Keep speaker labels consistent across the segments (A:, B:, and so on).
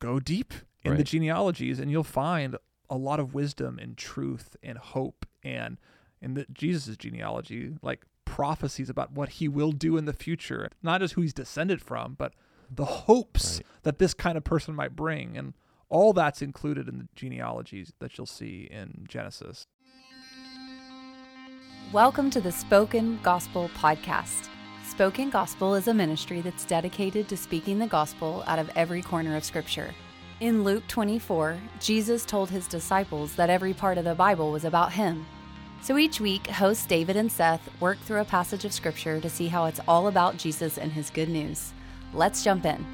A: go deep in the
B: Right.
A: genealogies and you'll find a lot of wisdom and truth and hope and in the Jesus' genealogy, like prophecies about what he will do in the future, not just who he's descended from, but the hopes that this kind of person might bring. And all that's included in the genealogies that you'll see in Genesis.
C: Welcome to the Spoken Gospel Podcast. Spoken Gospel is a ministry that's dedicated to speaking the gospel out of every corner of Scripture. In Luke 24, Jesus told his disciples that every part of the Bible was about him. So each week, hosts David and Seth work through a passage of Scripture to see how it's all about Jesus and his good news. Let's jump in.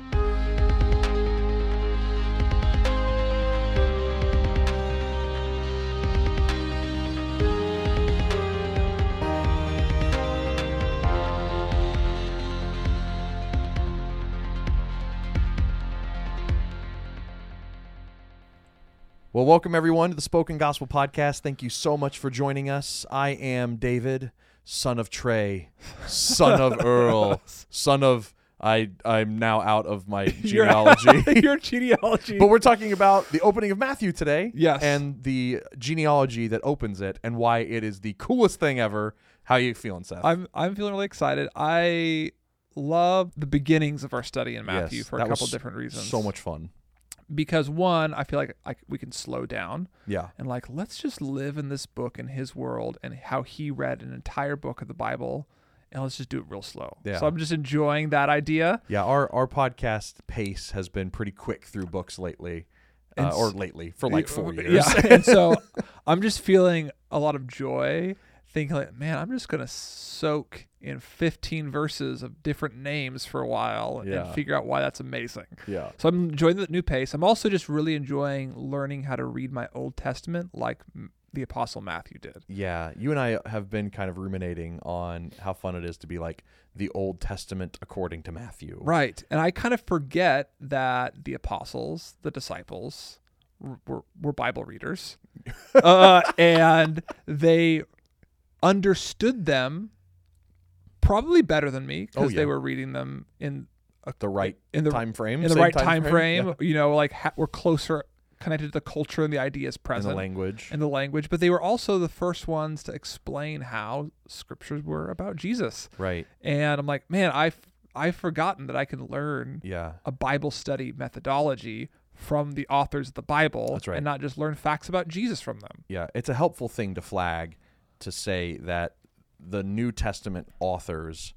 B: Well, welcome everyone to the Spoken Gospel Podcast. Thank you so much for joining us. I am David, son of Trey, son of Earl, son of I. I'm now out of my
A: Your-
B: genealogy.
A: Your genealogy.
B: But we're talking about the opening of Matthew today.
A: Yes.
B: And the genealogy that opens it and why it is the coolest thing ever. How you feeling, Seth?
A: I'm I'm feeling really excited. I love the beginnings of our study in Matthew
B: Yes,
A: for
B: that
A: a
B: was
A: couple different reasons.
B: So much fun.
A: because one, I feel like I, we can slow down
B: Yeah.
A: and like let's just live in this book and his world and how he read an entire book of the Bible, and let's just do it real slow.
B: Yeah.
A: So I'm just enjoying that idea.
B: Yeah. Our our podcast pace has been pretty quick through books lately, uh,
A: And
B: or
A: s-
B: lately for like four
A: Yeah.
B: years.
A: and so I'm just feeling a lot of joy, thinking like, man, I'm just gonna soak in 15 verses of different names for a while
B: Yeah.
A: and figure out why that's amazing.
B: yeah.
A: So I'm enjoying the new pace. I'm also just really enjoying learning how to read my Old Testament like m- the Apostle Matthew did.
B: Yeah, you and I have been kind of ruminating on how fun it is to be like the Old Testament according to Matthew.
A: Right. And I kind of forget that the apostles, the disciples, w- were, were Bible readers. uh, and they understood them probably better than me
B: Oh,
A: because
B: yeah.
A: they were reading them in
B: The right
A: in the
B: time frame,
A: in the
B: same
A: right time frame.
B: yeah,
A: You know, like ha- we're closer connected to the culture and the ideas
B: and
A: present.
B: the language.
A: and the language, but they were also the first ones to explain how scriptures were about Jesus.
B: right.
A: And I'm like, man, I've I've forgotten that I can learn
B: Yeah.
A: a Bible study methodology from the authors of the Bible
B: That's right.
A: and not just learn facts about Jesus from them.
B: Yeah, it's a helpful thing to flag to say that the New Testament authors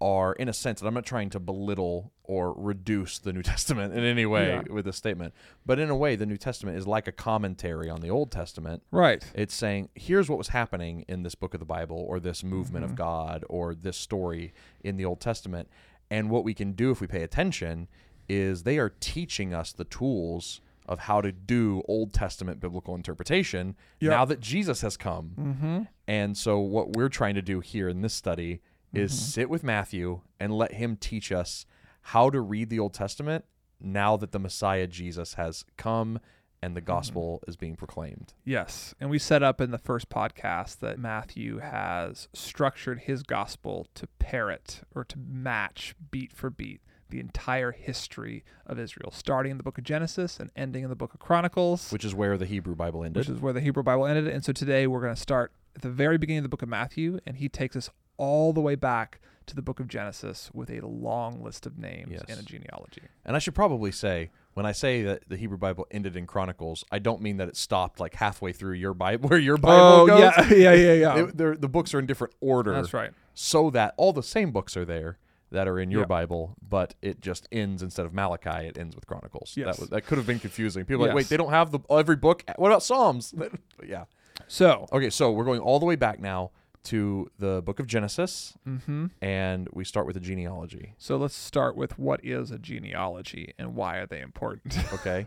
B: are, in a sense, and I'm not trying to belittle or reduce the New Testament in any way
A: Yeah.
B: with this statement, but in a way, the New Testament is like a commentary on the Old Testament.
A: Right.
B: It's saying, here's what was happening in this book of the Bible or this movement of God or this story in the Old Testament. And what we can do if we pay attention is they are teaching us the tools of how to do Old Testament biblical interpretation
A: Yep.
B: now that Jesus has come. And so, what we're trying to do here in this study is sit with Matthew and let him teach us how to read the Old Testament now that the Messiah Jesus has come and the gospel is being proclaimed.
A: Yes. And we set up in the first podcast that Matthew has structured his gospel to parrot or to match beat for beat the entire history of Israel, starting in the book of Genesis and ending in the book of Chronicles.
B: which is where the Hebrew Bible ended.
A: which is where the Hebrew Bible ended. And so today we're going to start at the very beginning of the book of Matthew, and he takes us all the way back to the book of Genesis with a long list of names
B: Yes.
A: and a genealogy.
B: and I should probably say when I say that the Hebrew Bible ended in Chronicles, I don't mean that it stopped like halfway through your Bible where your Bible goes.
A: Oh, yeah, yeah, yeah.
B: They- they're- the books are in different order.
A: That's right.
B: So that all the same books are there that are in your
A: Yeah.
B: Bible, but it just ends instead of Malachi, it ends with Chronicles.
A: Yes.
B: That, was, that could have been confusing. People are like,
A: Yes.
B: wait, they don't have the every book. What about Psalms? But yeah.
A: So,
B: Okay, so we're going all the way back now to the book of Genesis,
A: Mm-hmm.
B: and we start with a genealogy.
A: so let's start with what is a genealogy and why are they important?
B: Okay.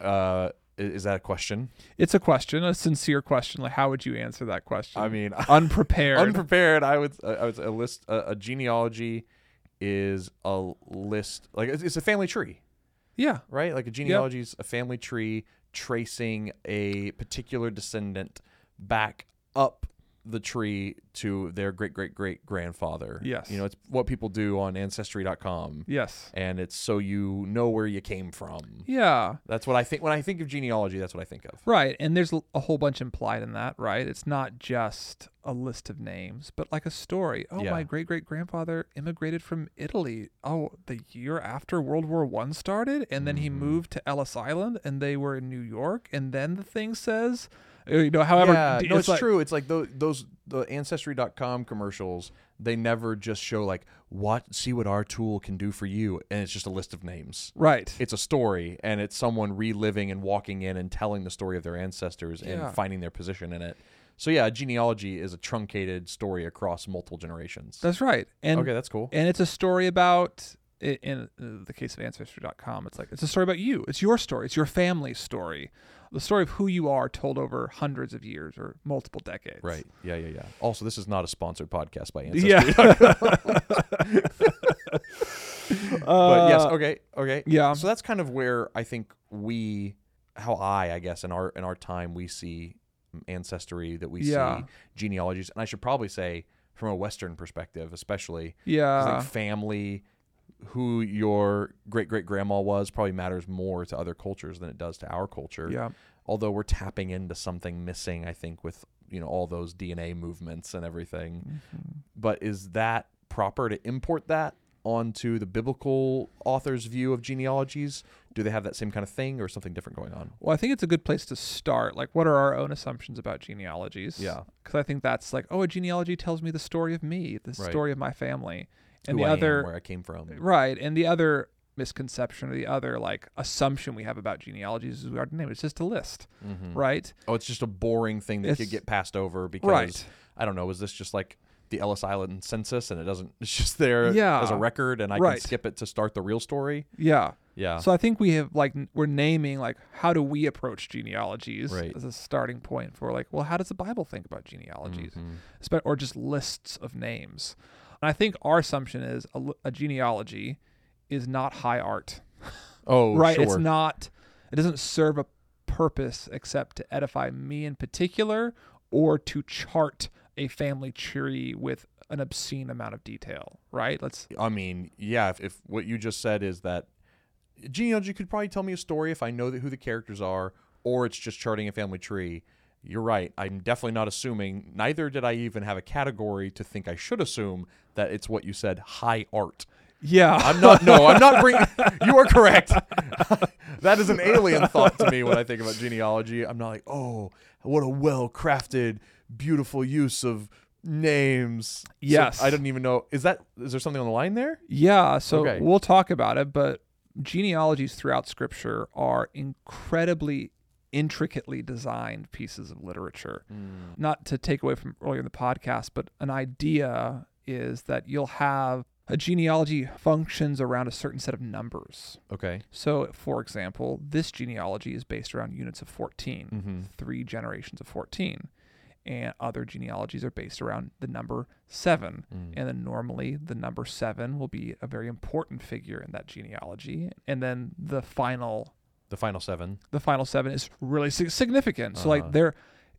B: Uh, i- is that a question?
A: it's a question, a sincere question. Like, how would you answer that question?
B: I mean,
A: unprepared.
B: unprepared. I would. I would say a list. A, a genealogy is a list. Like it's, it's a family tree,
A: yeah.
B: right? Like a genealogy is a family tree tracing a particular descendant back up the tree to their great great great grandfather.
A: Yes.
B: You know, it's what people do on ancestry.com.
A: Yes.
B: And it's so you know where you came from.
A: Yeah.
B: That's what I think when I think of genealogy, that's what I think of.
A: Right. And there's l- a whole bunch implied in that, right? It's not just a list of names, but like a story. Oh,
B: Yeah.
A: my great great grandfather immigrated from Italy. Oh, the year after World War One started, and then he
B: Mm-hmm.
A: moved to Ellis Island, and they were in New York, and then the thing says, uh, you know, however,
B: yeah,
A: d-
B: no, it's
A: like-
B: true. It's like those, those the ancestry.com commercials, they never just show like what see what our tool can do for you and it's just a list of names.
A: Right.
B: It's a story and it's someone reliving and walking in and telling the story of their ancestors
A: Yeah.
B: and finding their position in it. So yeah, genealogy is a truncated story across multiple generations.
A: That's right. And
B: okay, that's cool.
A: and it's a story about i- in uh, the case of ancestry.com it's like it's a story about you it's your story it's your family's story the story of who you are told over hundreds of years or multiple decades
B: Right. Yeah, yeah, yeah. Also, this is not a sponsored podcast by Ancestry.
A: yeah
B: but yes, okay, okay.
A: Uh, yeah.
B: So that's kind of where I think we, how I, I guess, in our in our time, we see ancestry that we
A: Yeah.
B: see genealogies, and I should probably say from a Western perspective, especially 'cause,
A: yeah
B: like family, who your great great grandma was probably matters more to other cultures than it does to our culture.
A: yeah
B: Although we're tapping into something missing, I think with you know all those DNA movements and everything
A: Mm-hmm.
B: but is that proper to import that onto the biblical author's view of genealogies? Do they have that same kind of thing or something different going on?
A: well i think it's a good place to start like what are our own assumptions about genealogies
B: Yeah.
A: because i think that's like oh a genealogy tells me the story of me the
B: Right.
A: story of my family and
B: Who
A: the
B: I am,
A: other
B: where I came from.
A: Right. And the other misconception or the other like assumption we have about genealogies is we already named it. It's just a list. Right?
B: Oh, it's just a boring thing that
A: It's-
B: could get passed over because
A: Right.
B: I don't know. Is this just like the Ellis Island census and it doesn't? It's just there
A: Yeah.
B: as a record, and I
A: Right.
B: can skip it to start the real story.
A: Yeah.
B: Yeah.
A: So I think we have like n- we're naming like how do we approach genealogies
B: Right.
A: as a starting point for like well how does the Bible think about genealogies Spe- or just lists of names. And I think our assumption is a, l- a genealogy is not high art.
B: oh,
A: right
B: Sure.
A: it's not it doesn't serve a purpose except to edify me in particular or to chart a family tree with an obscene amount of detail right let's
B: I mean, yeah, if, if what you just said is that genealogy could probably tell me a story if I know that who the characters are, or it's just charting a family tree. You're right. I'm definitely not assuming. Neither did I even have a category to think I should assume that it's what you said, high art.
A: yeah
B: I'm not. No, I'm not bringing. You are correct. that is an alien thought to me when I think about genealogy. I'm not like, oh, what a well crafted, beautiful use of names. So
A: Yes.
B: I didn't even know. Is that? Is there something on the line there?
A: yeah so
B: Okay.
A: we'll talk about it but genealogies throughout scripture are incredibly intricately designed pieces of literature not to take away from earlier in the podcast, but an idea is that you'll have a genealogy functions around a certain set of numbers.
B: Okay.
A: So, for example, this genealogy is based around units of 14,
B: Mm-hmm.
A: three generations of 14. And other genealogies are based around the number seven.
B: Mm.
A: And then normally the number seven will be a very important figure in that genealogy. And then the final
B: The final seven.
A: the final seven is really sig- significant. So like
B: Uh-huh.
A: they're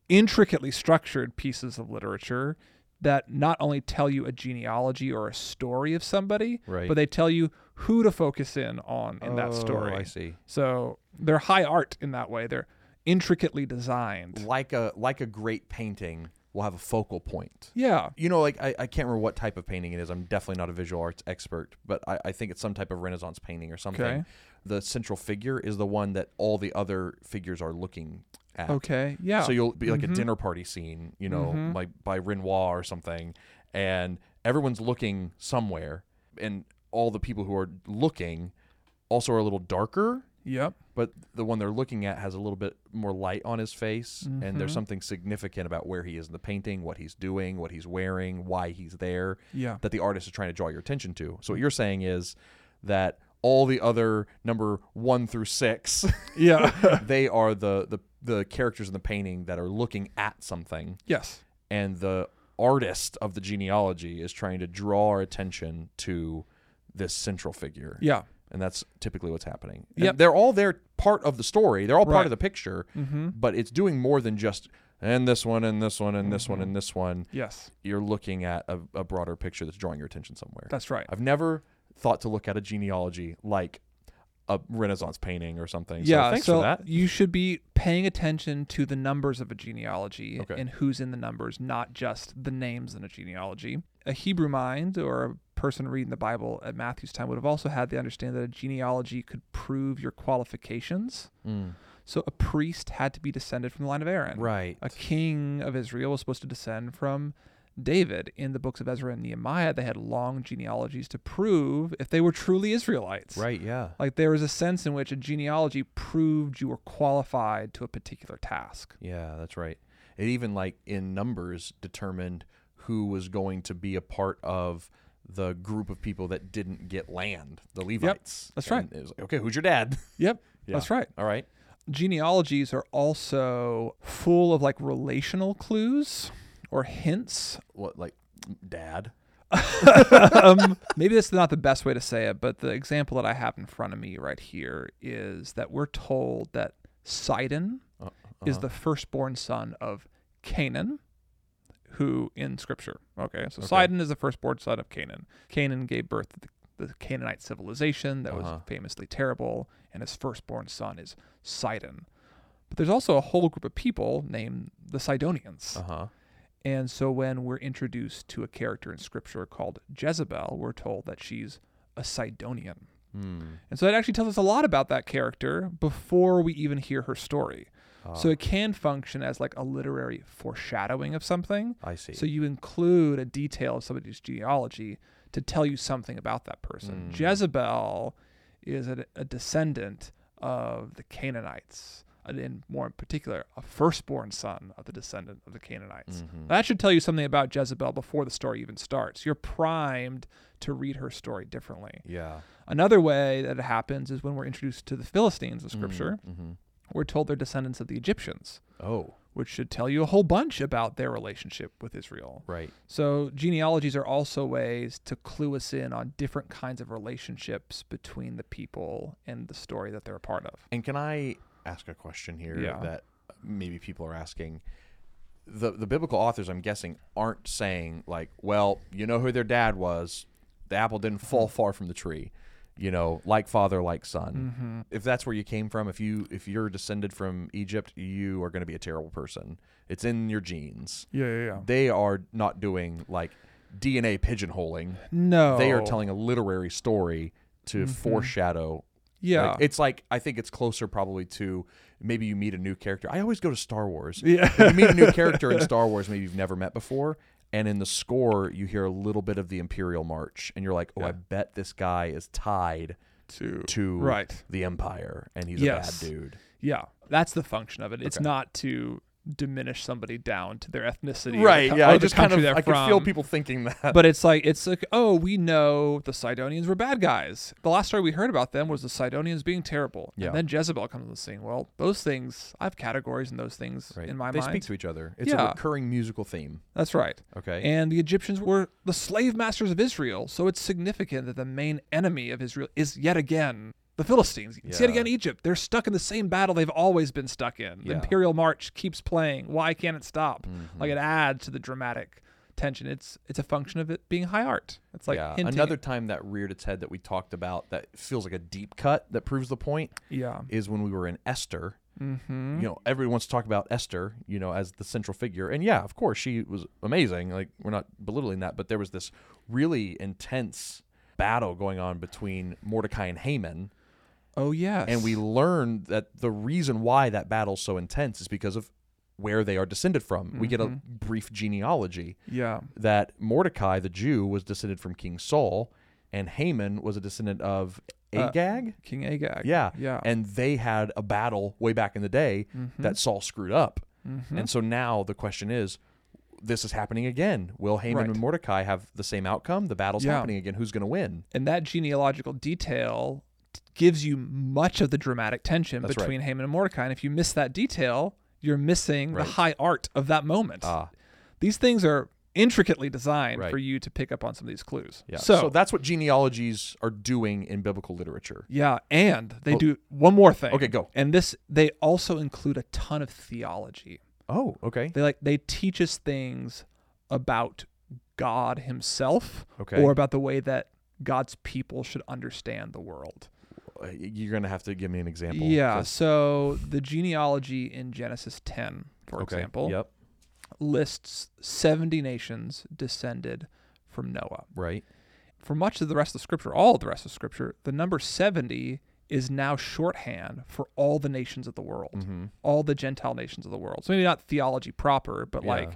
A: intricately structured pieces of literature that not only tell you a genealogy or a story of somebody,
B: Right. Oh,
A: but they tell you who to focus in on in that story.
B: I see.
A: So they're high art in that way. They're intricately designed.
B: Like a like a great painting will have a focal point.
A: Yeah.
B: You know, like I, I can't remember what type of painting it is. I'm definitely not a visual arts expert, but I, I think it's some type of Renaissance painting or something.
A: Okay.
B: The central figure is the one that all the other figures are looking at.
A: Okay. Yeah. Mm-hmm.
B: So you'll be like a dinner party scene, you know, like by Renoir or something, and everyone's looking somewhere, and all the people who are looking also are a little darker
A: yep.
B: but the one they're looking at has a little bit more light on his face and there's something significant about where he is in the painting what he's doing what he's wearing why he's there
A: Yeah.
B: that the artist is trying to draw your attention to so what you're saying is that all the other number one through six
A: Yeah.
B: they are the, the the characters in the painting that are looking at something
A: yes.
B: and the artist of the genealogy is trying to draw our attention to this central figure
A: Yeah.
B: and that's typically what's happening. And
A: Yep.
B: they're all there, part of the story. They're all
A: Right. Mm-hmm.
B: part of the picture, but it's doing more than just and this one and this one and this
A: Mm-hmm.
B: one and this one,
A: Yes,
B: you're looking at a, a broader picture that's drawing your attention somewhere.
A: that's right.
B: I've never thought to look at a genealogy like a Renaissance painting or something. So
A: yeah,
B: thanks
A: so
B: for that.
A: you should be paying attention to the numbers of a genealogy
B: Okay.
A: and who's in the numbers, not just the names in a genealogy. A Hebrew mind or a person reading the Bible at Matthew's time would have also had the understanding that a genealogy could prove your qualifications.
B: Mm,
A: So a priest had to be descended from the line of Aaron.
B: right.
A: A king of Israel was supposed to descend from David. In the books of Ezra and Nehemiah, they had long genealogies to prove if they were truly Israelites.
B: Right. Yeah.
A: Like there was a sense in which a genealogy proved you were qualified to a particular task.
B: Yeah, that's right. It even like in numbers determined who was going to be a part of the group of people that didn't get land, the Levites.
A: that's right.
B: And it was like, okay, who's your dad?
A: Yep.
B: Yeah.
A: That's right.
B: All right.
A: Genealogies are also full of like relational clues or hints.
B: What like dad?
A: um, maybe that's not the best way to say it, but the example that I have in front of me right here is that we're told that Sidon
B: Uh,
A: is the firstborn son of Canaan, who in scripture. Okay, so
B: Okay.
A: Sidon is the firstborn son of Canaan. Canaan gave birth to the, the Canaanite civilization that
B: Uh-huh.
A: was famously terrible, and his firstborn son is Sidon. But there's also a whole group of people named the Sidonians.
B: Uh-huh.
A: And so when we're introduced to a character in scripture called Jezebel, we're told that she's a Sidonian.
B: Mm.
A: And so it actually tells us a lot about that character before we even hear her story. So it can function as like a literary foreshadowing of something.
B: I see.
A: So you include a detail of somebody's genealogy to tell you something about that person. Jezebel is a, a descendant of the Canaanites, and in more in particular, a firstborn son of the descendant of the Canaanites. That should tell you something about Jezebel before the story even starts. You're primed to read her story differently.
B: yeah.
A: Another way that it happens is when we're introduced to the Philistines of Scripture, we're told they're descendants of the Egyptians,
B: Mm-hmm. Oh,
A: which should tell you a whole bunch about their relationship with Israel.
B: right.
A: So, genealogies are also ways to clue us in on different kinds of relationships between the people and the story that they're a part of.
B: And can I ask a question here
A: Yeah.
B: that maybe people are asking? The the biblical authors, I'm guessing, aren't saying like, well, you know who their dad was. The apple didn't fall far from the tree. You know, like father, like son. If that's where you came from, if you if you're descended from Egypt, you are going to be a terrible person. It's in your genes.
A: Yeah, yeah, yeah.
B: They are not doing like DNA pigeonholing.
A: No.
B: They are telling a literary story to foreshadow
A: Yeah.
B: like, it's like I think it's closer probably to maybe you meet a new character. I always go to Star Wars.
A: Yeah.
B: When you meet a new character in Star Wars maybe you've never met before. And in the score, you hear a little bit of the Imperial March, and you're like, "Oh, I bet this guy is tied
A: to,
B: to
A: Right.
B: the Empire, and he's
A: Yes.
B: a bad dude."
A: Yeah. That's the function of it. It's
B: Okay.
A: not to diminish somebody down to their ethnicity. or the
B: right?
A: co-
B: yeah,
A: or
B: I
A: the
B: just kind of
A: country
B: I
A: they're
B: could feel
A: from.
B: people thinking that.
A: but it's like it's like oh we know the sidonians were bad guys the last story we heard about them was the sidonians being terrible
B: Yeah.
A: and then jezebel comes on the scene well those things i have categories and those things in my
B: they
A: mind
B: speak to each other. It's a
A: Yeah.
B: recurring musical theme.
A: that's right
B: Okay.
A: and the egyptians were the slave masters of israel so it's significant that the main enemy of israel is yet again the philistines it's yet
B: Yeah.
A: again egypt they're stuck in the same battle they've always been stuck in the
B: Yeah. Mm-hmm.
A: imperial march keeps playing why can't it stop like it adds to the dramatic tension it's it's a function of it being high art it's like
B: yeah.
A: hinting-
B: Another time that reared its head that we talked about that feels like a deep cut that proves the point
A: yeah
B: is when we were in Esther. Mm-hmm. You know, everyone wants to talk about Esther, you know, as the central figure. And yeah, of course, she was amazing. Like, we're not belittling that, but there was this really intense battle going on between Mordecai and Haman.
A: Oh yes.
B: And we learned that the reason why that battle's so intense is because of where they are descended from. We get a
A: Mm-hmm.
B: brief genealogy
A: yeah
B: that Mordecai, the Jew, was descended from King Saul, and Haman was a descendant of
A: Uh,
B: Agag.
A: King Agag.
B: Yeah.
A: yeah. Mm-hmm.
B: And they had a battle way back in the day that Saul screwed up. And so now the question is this is happening again. Will Haman
A: Right.
B: and Mordecai have the same outcome? The battle's
A: Yeah.
B: happening again. Who's going to win?
A: and that genealogical detail t- gives you much of the dramatic tension
B: That's right.
A: between Haman and Mordecai. And if you miss that detail, you're missing
B: Right.
A: the high art of that moment.
B: Ah.
A: These things are intricately designed
B: Right.
A: for you to pick up on some of these clues.
B: Yeah.
A: So,
B: that's what genealogies are doing in biblical literature.
A: yeah, and they do one more thing.
B: Okay, go.
A: And this they also include a ton of theology.
B: Oh, okay.
A: They like they teach us things about God himself
B: Okay.
A: or about the way that God's people should understand the world.
B: Uh, You're gonna have to give me an example.
A: Yeah,
B: 'cause-
A: so the genealogy in Genesis 10, for
B: okay,
A: example,
B: Yep.
A: lists 70 nations descended from Noah.
B: Right.
A: For much of the rest of scripture, all of the rest of scripture, the number 70 is now shorthand for all the nations of the world,
B: Mm-hmm.
A: all the Gentile nations of the world. So maybe not theology proper, but
B: Yeah.
A: like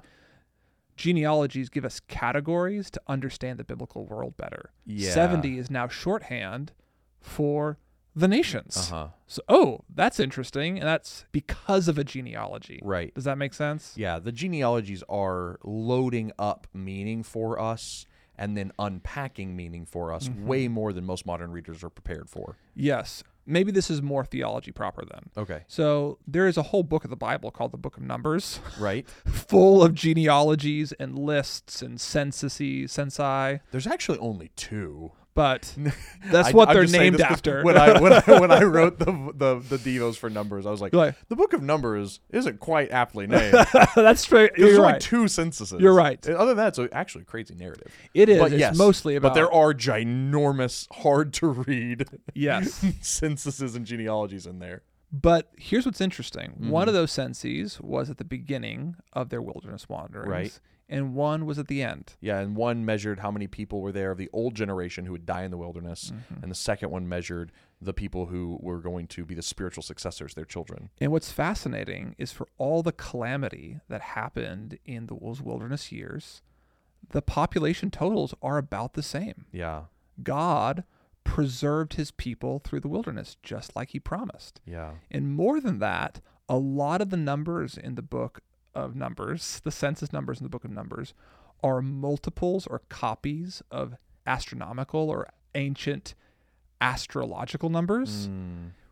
A: genealogies give us categories to understand the biblical world better.
B: Yeah.
A: 70 is now shorthand for the nations.
B: Uh huh.
A: So, oh, that's interesting. And that's because of a genealogy.
B: Right.
A: Does that make sense?
B: Yeah, the genealogies are loading up meaning for us and then unpacking meaning for us
A: Mm-hmm.
B: way more than most modern readers are prepared for.
A: Yes. Maybe this is more theology proper then.
B: Okay.
A: So, there is a whole book of the Bible called the Book of Numbers,
B: Right?
A: full of genealogies and lists and censuses, censi,
B: There's actually only two.
A: but that's
B: I-
A: what
B: I'm
A: they're
B: just saying
A: named
B: this 'cause
A: after.
B: When I when I, when I wrote the, the the devos for numbers, I was like,
A: You're like-
B: the book of numbers isn't quite aptly named. 'Cause
A: that's fair.
B: There's
A: You're
B: only
A: right.
B: two censuses.
A: You're right.
B: Other than that, it's a actually a crazy narrative.
A: It is.
B: But
A: It's
B: yes,
A: mostly about
B: But there are ginormous, hard to read
A: Yes.
B: censuses and genealogies in there.
A: But here's what's interesting. One
B: Mm-hmm.
A: of those senses was at the beginning of their wilderness wanderings,
B: Right.
A: and one was at the end.
B: Yeah, and one measured how many people were there of the old generation who would die in the wilderness,
A: Mm-hmm.
B: and the second one measured the people who were going to be the spiritual successors, their children.
A: And what's fascinating is for all the calamity that happened in those wilderness years, the population totals are about the same.
B: Yeah,
A: God preserved his people through the wilderness, just like he promised.
B: yeah,
A: And more than that, a lot of the numbers in the book of Numbers, the census numbers in the book of Numbers, are multiples or copies of astronomical or ancient astrological
B: Mm.
A: numbers,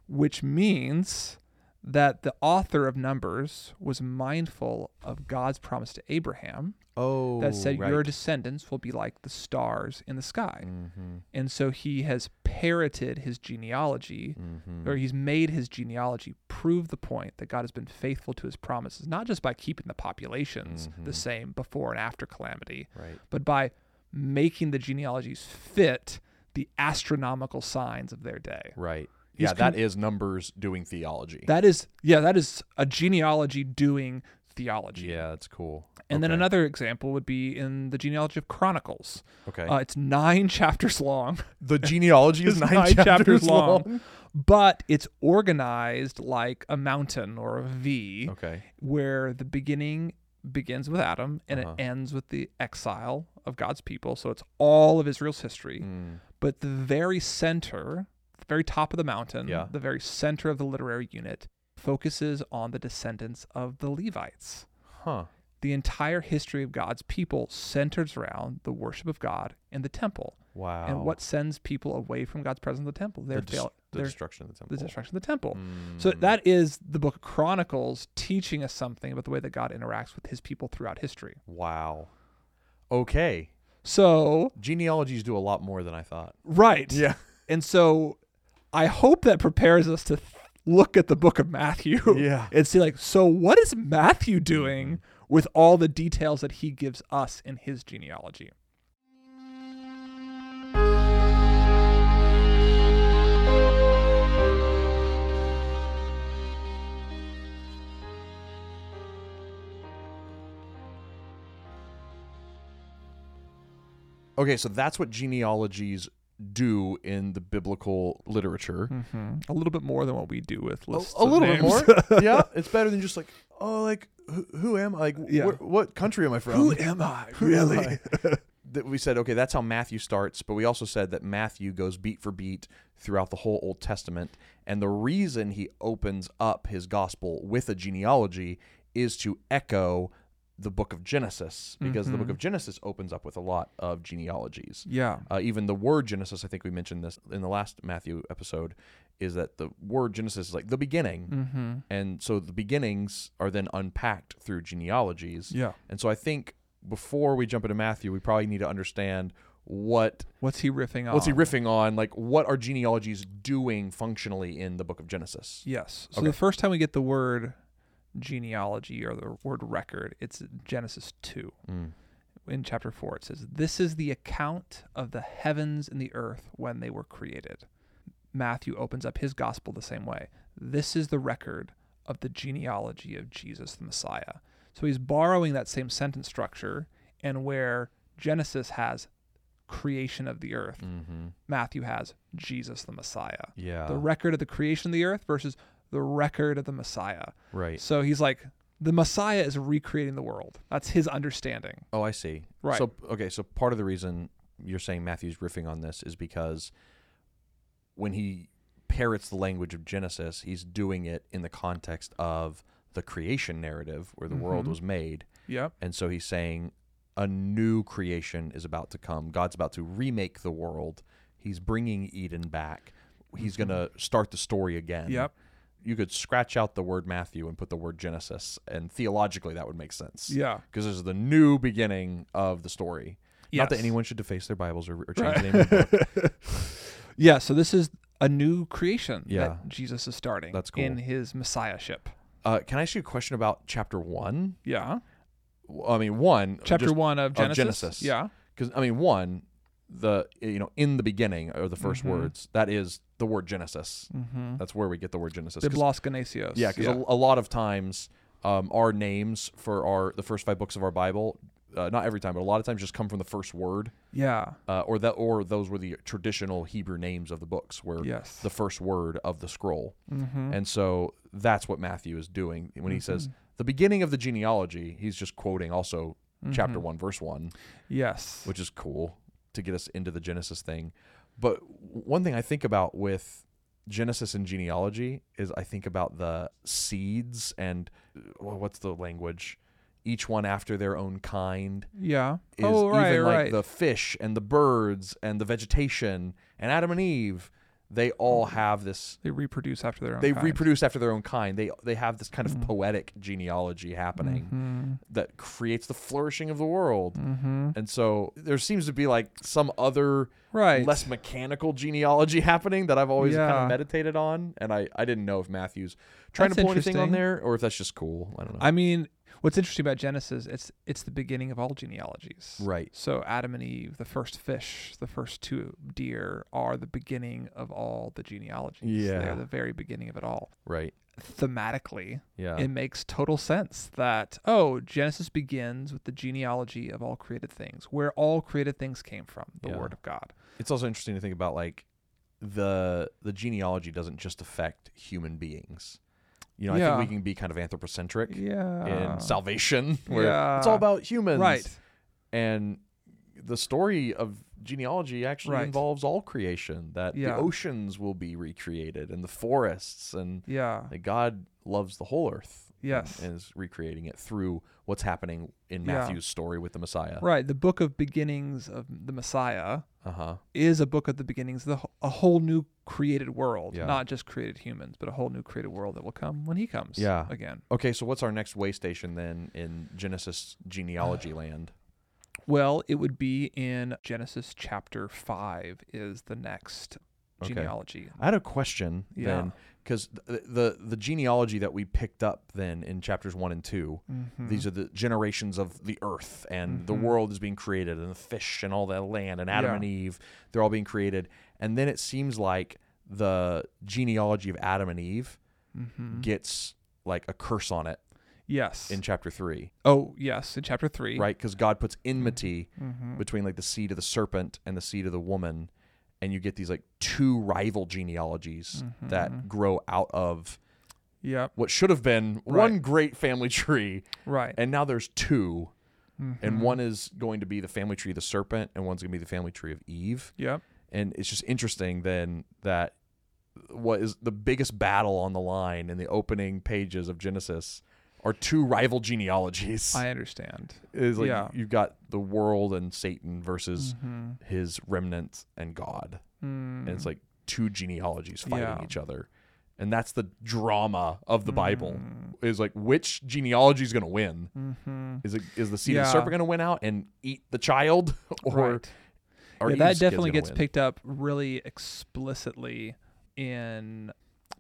A: which means that the author of Numbers was mindful of God's promise to Abraham
B: Oh,
A: that said, Your descendants will be like the stars in the sky. And so he has parroted his genealogy, or he's made his genealogy prove the point that God has been faithful to his promises, not just by keeping the populations the same before and after calamity,
B: right.
A: but by making the genealogies fit the astronomical signs of their day.
B: Right.
A: He's
B: yeah,
A: con-
B: that is numbers doing theology.
A: That is, yeah, that is a genealogy doing theology.
B: yeah, that's cool.
A: And then
B: Okay.
A: another example would be in the genealogy of Chronicles.
B: Okay.
A: Uh, it's nine chapters long.
B: the genealogy is
A: It's
B: nine, chapters long.
A: but it's organized like a mountain or a V,
B: Okay.
A: where the beginning begins with Adam and
B: Uh-huh.
A: it ends with the exile of God's people. So it's all of Israel's history.
B: Mm,
A: But the very center, the very top of the mountain,
B: Yeah.
A: the very center of the literary unit, focuses on the descendants of the Levites.
B: Huh.
A: The entire history of God's people centers around the worship of God and the temple.
B: Wow.
A: And what sends people away from God's presence in the temple? Their
B: the, dis-
A: fail-
B: the
A: their-
B: destruction of the
A: the
B: temple.
A: destruction of the temple. So
B: Mm.
A: that is the book of Chronicles teaching us something about the way that God interacts with his people throughout history.
B: Wow. Okay.
A: So,
B: Genealogies do a lot more than I thought.
A: right.
B: Yeah.
A: And so I hope that prepares us to th- look at the book of Matthew
B: Yeah. Mm-hmm.
A: and see, like, so what is Matthew doing with all the details that he gives us in his genealogy?
B: Okay, so that's what genealogies do in the biblical literature.
A: A little bit more than what we do with lists.
B: A
A: of
B: little
A: names.
B: bit more. yeah, it's better than just like, oh, like who, who am I? Like,
A: Yeah.
B: wh- what country am I from?
A: Who am I?
B: Who am
A: Really?
B: I? that we said, okay, that's how Matthew starts, but we also said that Matthew goes beat for beat throughout the whole Old Testament, and the reason he opens up his gospel with a genealogy is to echo the book of Genesis because the book of Genesis opens up with a lot of genealogies.
A: Yeah.
B: Uh, even the word Genesis, I think we mentioned this in the last Matthew episode, is that the word Genesis is like the beginning.
A: Mm-hmm.
B: And so the beginnings are then unpacked through genealogies.
A: Yeah.
B: And so I think before we jump into Matthew, we probably need to understand what
A: What's he riffing on?
B: what's he riffing on, like what are genealogies doing functionally in the book of Genesis?
A: Yes. So
B: Okay.
A: the first time we get the word genealogy or the word record. It's Genesis 2.
B: Mm.
A: In chapter 4, it says, This is the account of the heavens and the earth when they were created. Matthew opens up his gospel the same way. This is the record of the genealogy of Jesus the Messiah. So he's borrowing that same sentence structure, and where Genesis has creation of the earth,
B: Mm-hmm.
A: Matthew has Jesus the Messiah.
B: Yeah.
A: The record of the creation of the earth versus the record of the Messiah.
B: right.
A: So he's like, the Messiah is recreating the world. That's his understanding.
B: Oh, I see.
A: Right.
B: So okay, so part of the reason you're saying Matthew's riffing on this is because when he parrots the language of Genesis, he's doing it in the context of the creation narrative where the world
A: Mhm.
B: was made.
A: Yep.
B: And so he's saying a new creation is about to come. God's about to remake the world. He's bringing Eden back. He's going to start the story again.
A: Mm-hmm. Yep.
B: You could scratch out the word Matthew and put the word Genesis, and theologically that would make sense.
A: Yeah.
B: Because this is the new beginning of the story. Not that
A: Yes.
B: anyone should deface their Bibles or, or change the name of the book.
A: Yeah. So this is a new creation
B: Yeah.
A: that Jesus is starting
B: That's cool.
A: in his messiahship.
B: Uh, can I ask you a question about chapter one?
A: Yeah.
B: I mean, one.
A: Chapter
B: Uh, just-
A: one of Genesis.
B: Genesis.
A: Yeah.
B: because I mean, one, the eh, you know, in the beginning or the 1st
A: Mhm.
B: words, that is the word Genesis.
A: Mm-hmm.
B: That's where we get the word Genesis. 'Cause-
A: Biblos Genesios.
B: yeah, because a, a lot of times um, our names for our the first five books of our Bible, uh, not every time, but a lot of times just come from the first word,
A: yeah.
B: uh, or that or those were the traditional Hebrew names of the books, where
A: Yes.
B: the eh, first word of the scroll.
A: Mm-hmm.
B: And so that's what Matthew is doing when he says the beginning of the genealogy. He's just quoting also
A: Mm-hmm.
B: chapter one, verse one
A: Yes.
B: which is cool to get us into the Genesis thing. But one thing I think about with Genesis and genealogy is I think about the seeds and well, what's the language? Each one after their own kind
A: yeah.
B: is
A: oh right,
B: even like
A: right.
B: the fish and the birds and the vegetation and Adam and Eve. They all
A: Mm-hmm.
B: have this.
A: they reproduce after their own.
B: They
A: kind.
B: reproduce after their own kind. They they have this kind of
A: Mm-hmm.
B: poetic genealogy happening
A: Mhm.
B: that creates the flourishing of the world.
A: Mhm.
B: And so there seems to be like some other
A: Right.
B: less mechanical genealogy happening that I've always kind
A: Yeah.
B: of meditated on. And I, I didn't know if Matthew's trying
A: That's
B: to pull anything on
A: interesting.
B: there or if that's just cool. I don't know.
A: I mean, what's interesting about Genesis, it's it's the beginning of all genealogies.
B: right.
A: So Adam and Eve, the first fish, the first two deer are the beginning of all the genealogies.
B: Yeah.
A: They're the very beginning of it all.
B: Right.
A: Thematically,
B: Yeah.
A: it makes total sense that oh, Genesis begins with the genealogy of all created things, where all created things came from, the
B: Yeah.
A: word of God.
B: it's also interesting to think about like the the genealogy doesn't just affect human beings. You know, I
A: Yeah.
B: think we can be kind of anthropocentric
A: Yeah.
B: in salvation where it's
A: Uh, Yeah.
B: all about humans.
A: Right.
B: and the story of genealogy actually
A: Right.
B: involves all creation that
A: Yeah.
B: the oceans will be recreated and the forests and
A: Yeah.
B: that god loves the whole earth and-
A: Yes.
B: and, is recreating it through what's happening in
A: Yeah.
B: matthew's story with the messiah
A: Right. The book of beginnings of the Messiah
B: uh-huh
A: is a book of the beginnings, the, wh- a whole new created world,
B: Yeah.
A: not just created humans, but a whole new created world that will come when he comes
B: Yeah.
A: again.
B: okay so what's our next way station then in genesis genealogy land
A: Well, it would be in Genesis chapter 5 is the next
B: Okay.
A: genealogy.
B: i had a question
A: Yeah.
B: then because the, the the genealogy that we picked up then in chapters one and two
A: Mm-hmm.
B: These are the generations of the earth, and the
A: Mhm.
B: world is being created, and the fish, and all that land, and Adam
A: Yeah.
B: and Eve, they're all being created. And then it seems like the genealogy of Adam and Eve
A: Mhm.
B: gets like a curse on it
A: Yes.
B: in chapter three,
A: oh, yes, in chapter 3.
B: right? Because God puts enmity
A: Mhm.
B: between like the seed of the serpent and the seed of the woman, and you get these like two rival genealogies
A: Mm-hmm.
B: that grow out of
A: Yep.
B: what should have been
A: Right.
B: one great family tree,
A: Right.
B: and now there's two.
A: Mhm.
B: and one is going to be the family tree of the serpent and one's going to be the family tree of eve
A: Yep.
B: and it's just interesting then that what is the biggest battle on the line in the opening pages of genesis are two rival genealogies
A: I understand.
B: It's like
A: yeah.
B: you've got the world and satan versus
A: Mhm.
B: his remnant and god and it's
A: Mm.
B: like two genealogies fighting
A: Yeah. Mm-hmm.
B: each other and that's the drama of the bible is like which genealogy is going to win
A: Mhm.
B: is it is the seed of the
A: Yeah.
B: serpent going to win out and eat the child, or
A: Right.
B: are
A: yeah, that
B: Eve's kids
A: definitely
B: gonna
A: gets
B: win?
A: picked up really explicitly in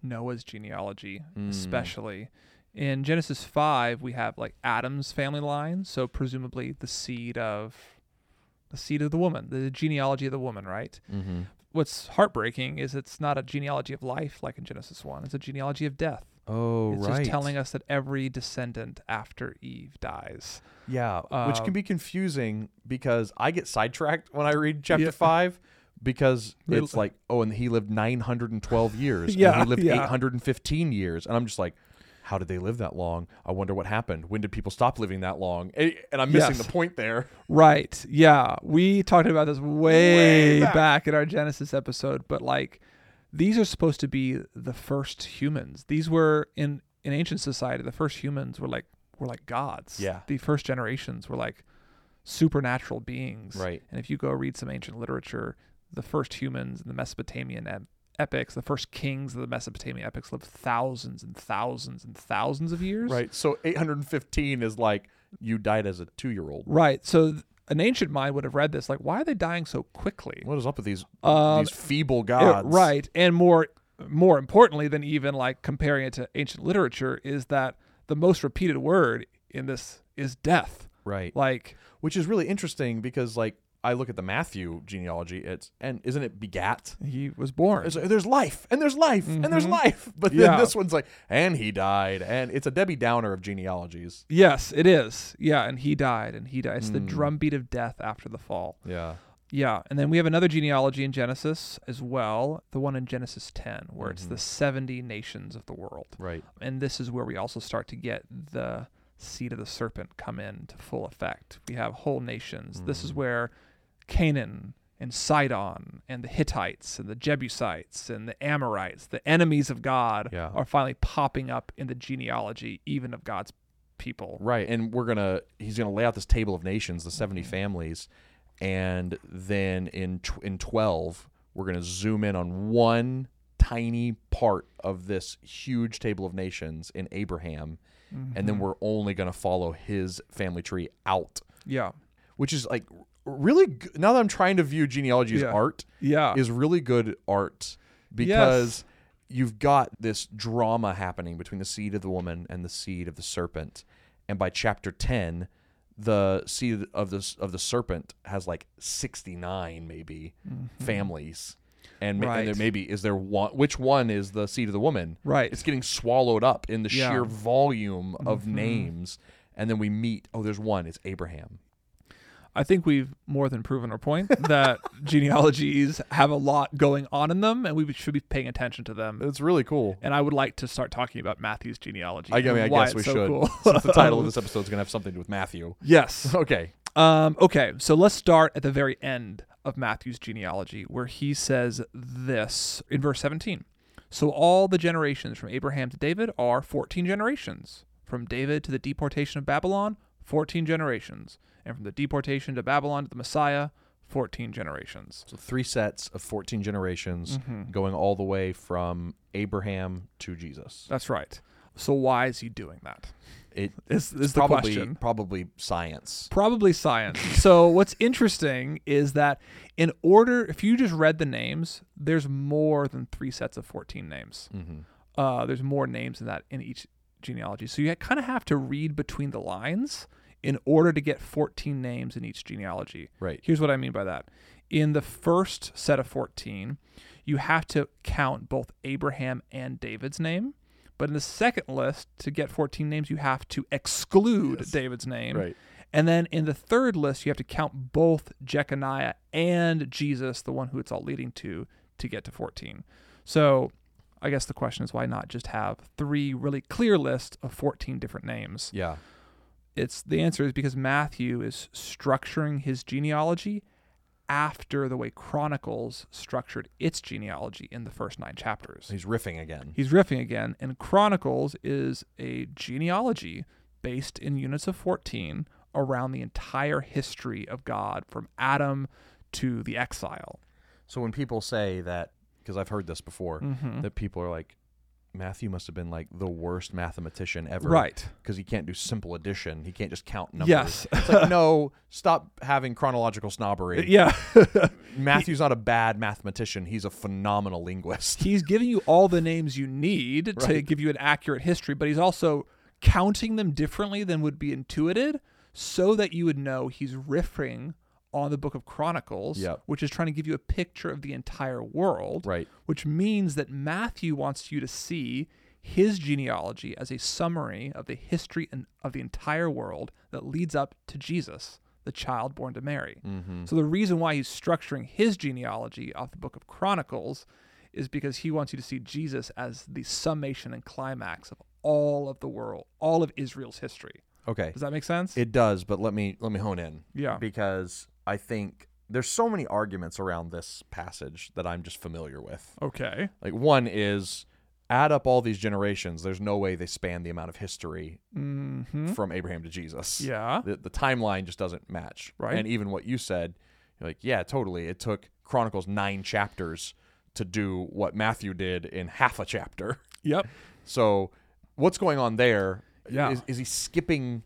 A: Noah's genealogy,
B: Mm.
A: especially. In Genesis 5, we have like Adam's family line, so presumably the seed of the seed of the woman, the genealogy of the woman, right?
B: Mm-hmm.
A: What's heartbreaking is it's not a genealogy of life like in Genesis 1. It's a genealogy of death.
B: Oh,
A: it's
B: right.
A: just telling us that every descendant after Eve dies.
B: Yeah, which
A: Um,
B: can be confusing because I get sidetracked when I read chapter
A: Yeah.
B: five because
A: It-
B: it's like, oh, and he lived 912 years.
A: Yeah,
B: And he lived
A: yeah.
B: 815 years. And I'm just like, how did they live that long? I wonder what happened. When did people stop living that long? A- And I'm missing
A: Yes.
B: the point there.
A: Right. Yeah. We talked about this way,
B: Way
A: back.
B: back.
A: in our Genesis episode, but like these are supposed to be the first humans. These were in in ancient society, the first humans were like were like gods.
B: Yeah.
A: The first generations were like supernatural beings.
B: Right.
A: And if you go read some ancient literature, the first humans in the Mesopotamian ep- epics, the first kings of the Mesopotamian epics lived thousands and thousands and thousands of years.
B: Right. So 815 is like you died as a two year old.
A: Right. So th- an ancient mind would have read this like, why are they dying so quickly?
B: What is up with these
A: Um,
B: these feeble
A: It-
B: gods?
A: right. And more more importantly than even like comparing it to ancient literature is that the most repeated word in this is death.
B: Right.
A: Like
B: Which is really interesting because like I look at the Matthew genealogy. It's and isn't it begat?
A: he was born.
B: It's like, there's life and there's life and there's
A: Mhm.
B: life. But then
A: Yeah.
B: this one's like, and he died. And it's a Debbie Downer of genealogies.
A: Yes, it is. Yeah, and he died and he died. It's the
B: Mm.
A: drumbeat of death after the fall.
B: Yeah.
A: Yeah, and then we have another genealogy in Genesis as well, the one in Genesis 10 where it's the
B: Mm-hmm.
A: 70 nations of the world.
B: Right.
A: And this is where we also start to get the seed of the serpent come in to full effect. We have whole nations. This
B: Mm.
A: is where Canaan and Sidon and the Hittites and the Jebusites and the Amorites, the enemies of God,
B: Yeah.
A: are finally popping up in the genealogy even of God's people.
B: Right. And we're going to, he's going to lay out this table of nations, the 70 families. And then in, tw- in 12, we're going to zoom in on one tiny part of this huge table of nations in Abraham. And then we're only going to follow his family tree out,
A: Yeah.
B: which is like really, g- now that I'm trying to view genealogy as
A: Yeah.
B: art,
A: Yeah.
B: is really good art because you've got this drama happening between the seed of the woman and the seed of the serpent. And by chapter 10, the seed of this of the serpent has like 69 maybe families. And, ma- and there
A: Mm-hmm. Right.
B: maybe is there one which one is the seed of the woman?
A: Right.
B: It's getting swallowed up in the
A: Yeah. Mm-hmm.
B: sheer volume of names. And then we meet, oh, there's one, it's Abraham.
A: I think we've more than proven our point that genealogies have a lot going on in them and we should be paying attention to them.
B: It's really cool.
A: and I would like to start talking about Matthew's genealogy.
B: I, I mean,
A: and
B: I
A: why it's
B: guess we
A: so
B: should.
A: cool.
B: Since the title of this episode is going to have something to do with Matthew.
A: yes.
B: Okay.
A: Um, okay, so let's start at the very end of Matthew's genealogy, where he says this in verse 17. So all the generations from Abraham to David are 14 generations. From David to the deportation of Babylon, 14 generations. And from the deportation to Babylon to the Messiah, 14 generations.
B: So three sets of 14 generations
A: Mm-hmm.
B: going all the way from Abraham to Jesus.
A: That's right. So why is he doing that?
B: It
A: Is, is the
B: probably
A: question.
B: probably science.
A: Probably science. so what's interesting is that in order, if you just read the names, there's more than three sets of 14 names.
B: Mm-hmm.
A: Uh, there's more names in that in each genealogy. So you kind of have to read between the lines in order to get 14 names in each genealogy.
B: Right.
A: Here's what I mean by that. In the first set of 14, you have to count both Abraham and David's name. But in the second list, to get 14 names, you have to exclude David's name.
B: Right.
A: And then in the third list, you have to count both Jeconiah and Jesus, the one who it's all leading to, to get to 14. So I guess the question is why not just have three really clear lists of 14 different names?
B: Yeah.
A: It's the answer is because Matthew is structuring his genealogy after the way Chronicles structured its genealogy in the first 9 chapters.
B: He's riffing again.
A: He's riffing again, and Chronicles is a genealogy based in units of 14 around the entire history of God from Adam to the exile.
B: So when people say that because I've heard this before
A: Mm-hmm.
B: that people are like Matthew must have been like the worst mathematician ever.
A: Right.
B: Because he can't do simple addition. He can't just count numbers.
A: Yes.
B: It's like, no, stop having chronological snobbery.
A: Yeah.
B: Matthew's not a bad mathematician. He's a phenomenal linguist.
A: he's giving you all the names you need to
B: Right.
A: give you an accurate history, but he's also counting them differently than would be intuited so that you would know he's riffing on the book of Chronicles,
B: Yep.
A: which is trying to give you a picture of the entire world,
B: Right.
A: which means that Matthew wants you to see his genealogy as a summary of the history and of the entire world that leads up to Jesus, the child born to Mary.
B: Mm-hmm.
A: So the reason why he's structuring his genealogy off the book of Chronicles is because he wants you to see Jesus as the summation and climax of all of the world, all of Israel's history.
B: Okay.
A: Does that make sense?
B: It does, but let me let me hone in.
A: Yeah.
B: Because I think there's so many arguments around this passage that I'm just familiar with.
A: okay.
B: Like one is add up all these generations, there's no way they span the amount of history
A: Mm-hmm.
B: from Abraham to Jesus.
A: Yeah.
B: The, the timeline just doesn't match.
A: Right.
B: And even what you said, you're like, yeah, totally. It took Chronicles nine chapters to do what Matthew did in half a chapter.
A: Yep.
B: So what's going on there?
A: Yeah.
B: Is, is he skipping?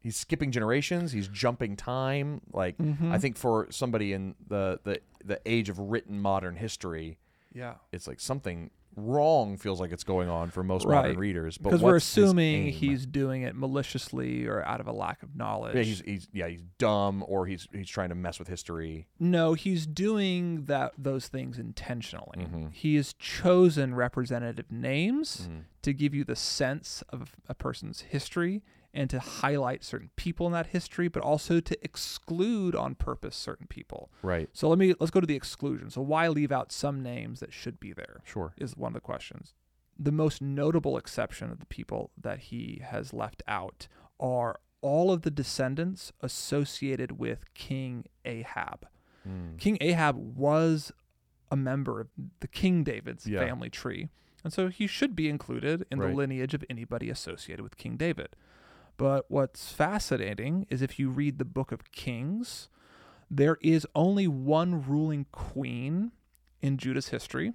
B: He's skipping generations. He's jumping time. Like
A: Mm-hmm.
B: I think for somebody in the, the the age of written modern history,
A: Yeah.
B: it's like something wrong feels like it's going on for most modern
A: Right.
B: readers. But
A: Because we're
B: what's his
A: assuming
B: aim?
A: he's doing it maliciously or out of a lack of knowledge.
B: yeah, he's, he's yeah he's dumb or he's he's trying to mess with history.
A: No, he's doing that those things intentionally.
B: Mm-hmm.
A: He has chosen representative names to give you the sense of a person's history and to highlight certain people in that history, but also to exclude on purpose certain people.
B: Right.
A: So let me let's go to the exclusion. So why leave out some names that should be there?
B: Sure.
A: Is one of the questions. The most notable exception of the people that he has left out are all of the descendants associated with King Ahab. King Ahab was a member of the King David's
B: Yeah.
A: family tree. And so he should be included in
B: Right.
A: the lineage of anybody associated with King David. But what's fascinating is if you read the book of Kings, there is only one ruling queen in Judah's history,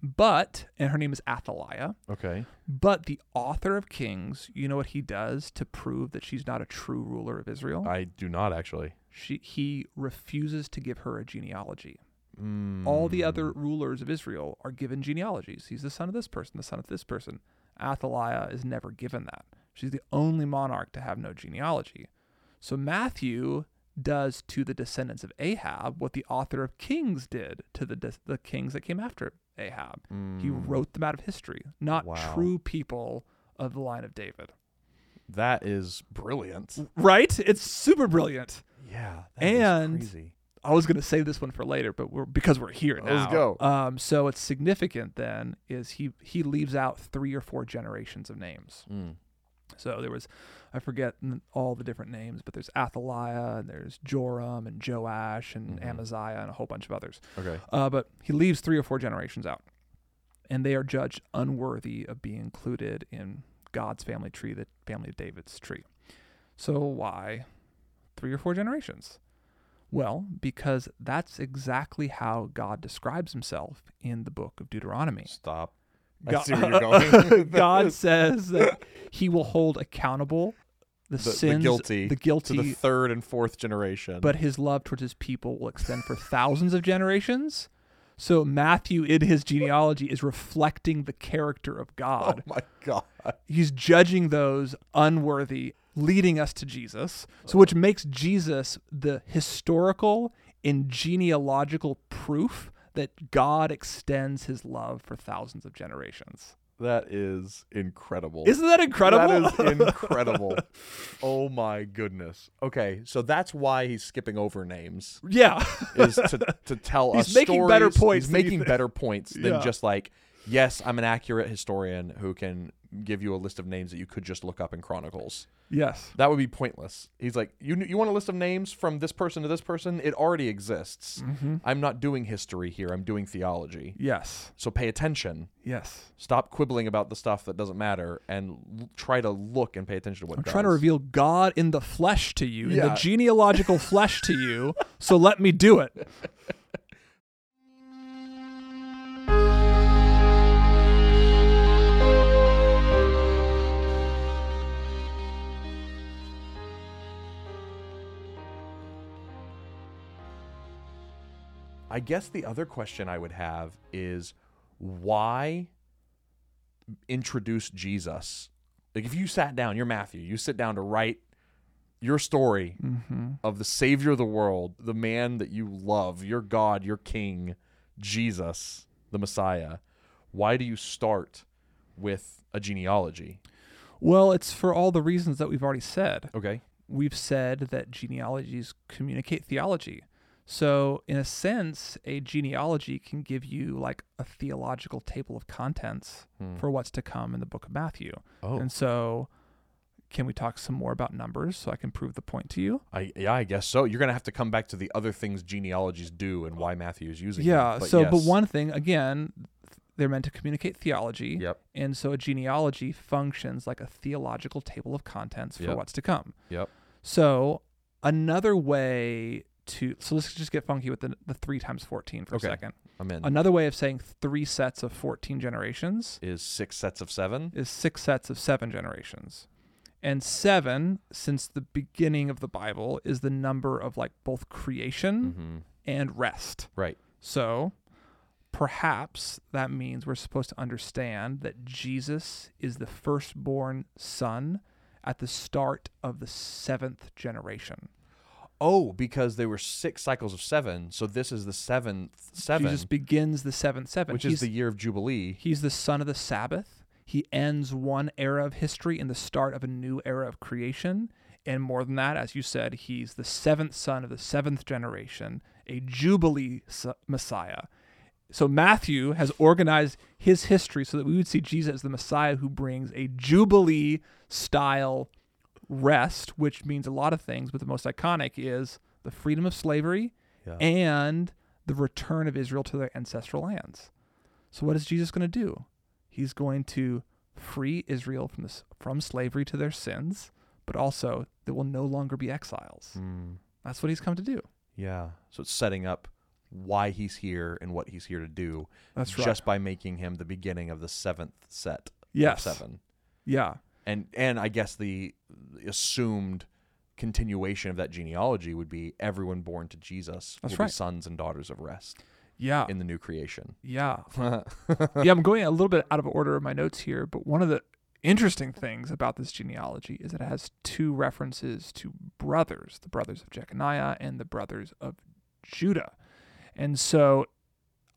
A: but, and her name is Athaliah.
B: Okay.
A: But the author of Kings, you know what he does to prove that she's not a true ruler of Israel?
B: I do not actually.
A: she, he refuses to give her a genealogy.
B: Mm.
A: All the other rulers of Israel are given genealogies. He's the son of this person, the son of this person. Athaliah is never given that. She's the only monarch to have no genealogy. So Matthew does to the descendants of Ahab what the author of Kings did to the des- the kings that came after Ahab. He wrote them out of history, not
B: Wow.
A: true people of the line of David.
B: that is brilliant.
A: Right? It's super brilliant.
B: Yeah.
A: that is And-
B: crazy.
A: I was going to save this one for later, but we're because we're here now.
B: Let's go.
A: Um, so it's significant then is he he leaves out three or four generations of names.
B: Mm.
A: So there was, I forget n- all the different names, but there's Athaliah and there's Joram and Joash and
B: Mm-hmm.
A: Amaziah and a whole bunch of others.
B: Okay.
A: Uh, but he leaves three or four generations out, and they are judged unworthy of being included in God's family tree, the family of David's tree. So why three or four generations? Well, because that's exactly how God describes himself in the book of Deuteronomy.
B: Stop. I
A: God-
B: see where you're going.
A: God says that he will hold accountable the,
B: the,
A: sins,
B: the guilty,
A: the guilty,
B: to the third and fourth generation.
A: but his love towards his people will extend for thousands of generations. So Matthew in his genealogy is reflecting the character of
B: oh
A: God.
B: my god,
A: He's judging those unworthy, leading us to Jesus. So
B: Oh.
A: which makes Jesus the historical and genealogical proof that God extends his love for thousands of generations.
B: that is incredible.
A: Isn't that incredible?
B: That is incredible. oh my goodness. Okay, so that's why he's skipping over names
A: yeah.
B: is to to tell
A: He's
B: us
A: making better
B: stories.
A: points
B: He's
A: than you
B: making
A: think.
B: better points than
A: Yeah.
B: just like, yes, I'm an accurate historian who can give you a list of names that you could just look up in Chronicles.
A: yes.
B: That would be pointless. He's like, you you want a list of names from this person to this person? It already exists.
A: Mm-hmm.
B: I'm not doing history here. I'm doing theology.
A: Yes.
B: So pay attention.
A: Yes.
B: Stop quibbling about the stuff that doesn't matter, and l- try to look and pay attention to what.
A: I'm
B: does.
A: trying to reveal God in the flesh to you, in
B: Yeah.
A: the genealogical flesh to you. So let me do it.
B: I guess the other question I would have is, why introduce Jesus Like if you sat down, you're Matthew, you sit down to write your story
A: Mm-hmm.
B: of the Savior of the world, the man that you love, your God, your King, Jesus, the Messiah. Why do you start with a genealogy?
A: Well, it's for all the reasons that we've already said.
B: Okay.
A: We've said that genealogies communicate theology. So, in a sense, a genealogy can give you like a theological table of contents for what's to come in the book of Matthew.
B: Hmm. Oh.
A: And so, can we talk some more about numbers so I can prove the point to you?
B: I yeah, I guess so. You're gonna have to come back to the other things genealogies do and why Matthew is using. them,
A: Yeah. so, but
B: yes.
A: one thing, again, th- they're meant to communicate theology.
B: Yep.
A: And so, a genealogy functions like a theological table of contents for
B: Yep.
A: what's to come.
B: Yep.
A: So another way to so let's just get funky with the, the three times fourteen for
B: Okay.
A: a second.
B: I'm in.
A: Another way of saying three sets of fourteen generations
B: is six sets of seven.
A: is six sets of seven generations. And seven, since the beginning of the Bible, is the number of like both creation
B: Mhm.
A: and rest.
B: Right.
A: So perhaps that means we're supposed to understand that Jesus is the firstborn son at the start of the seventh generation.
B: Oh, because they were six cycles of seven, so this is the seventh seven,
A: Jesus begins the seventh seven,
B: which
A: he's,
B: is the year of Jubilee.
A: he's the son of the Sabbath. He ends one era of history and the start of a new era of creation. And more than that, as you said, he's the seventh son of the seventh generation, a Jubilee s- Messiah. So Matthew has organized his history so that we would see Jesus as the Messiah who brings a Jubilee style rest, which means a lot of things, but the most iconic is the freedom of slavery
B: Yeah.
A: and the return of Israel to their ancestral lands. So what is Jesus going to do? He's going to free Israel from this, from slavery to their sins, but also they will no longer be exiles.
B: Mm,
A: That's what he's come to do.
B: yeah. So it's setting up why he's here and what he's here to do.
A: That's right.
B: Just by making him the beginning of the seventh set
A: Yes.
B: of seven.
A: Yeah.
B: and and I guess the the assumed continuation of that genealogy would be everyone born to Jesus
A: That's
B: will be
A: right. Uh,
B: sons and daughters of rest
A: Yeah.
B: in the new creation.
A: yeah.
B: yeah,
A: yeah, I'm going a little bit out of order of my notes here, but one of the interesting things about this genealogy is that it has two references to brothers, the brothers of Jeconiah and the brothers of Judah. And so,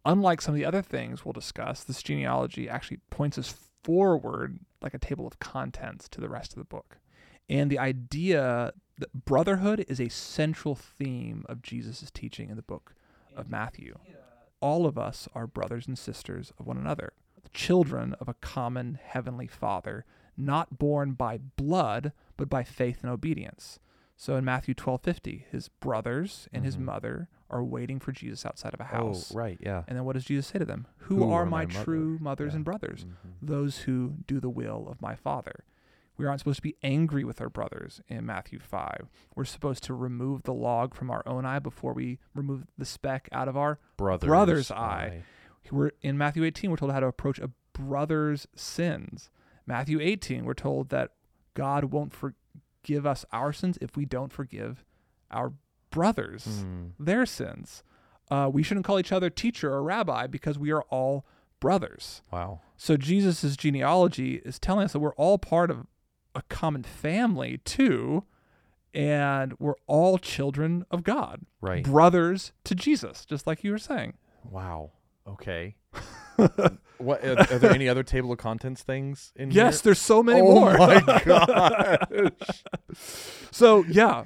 A: unlike some of the other things we'll discuss, this genealogy actually points us forward like a table of contents to the rest of the book. And the idea that brotherhood is a central theme of Jesus' teaching in the book of Matthew all of us are brothers and sisters of one another, children of a common heavenly Father, not born by blood, but by faith and obedience. So in Matthew 12:50, his brothers and his mother are waiting for Jesus outside of a
B: Oh,
A: house.
B: right, yeah.
A: And then what does Jesus say to them? Who, are, my,
B: mother?"
A: true mothers Mm-hmm.
B: Yeah.
A: and brothers? Those who do the will of my Father. We aren't supposed to be angry with our brothers in Matthew 5. We're supposed to remove the log from our own eye before we remove the speck out of our
B: Brothers,
A: brother's eye. we're in Matthew 18 we're told how to approach a brother's sins. Matthew 18 we're told that God won't forgive us our sins if we don't forgive our brothers
B: Hmm.
A: their sins. Uh, we shouldn't call each other teacher or rabbi because we are all brothers.
B: Wow.
A: So Jesus' genealogy is telling us that we're all part of a common family too, and we're all children of God,
B: Right.
A: brothers to Jesus, just like you were saying.
B: Wow. Okay. what are, are there any other table of contents things in
A: Yes,
B: here?
A: there's so many
B: oh
A: more.
B: my gosh.
A: So yeah,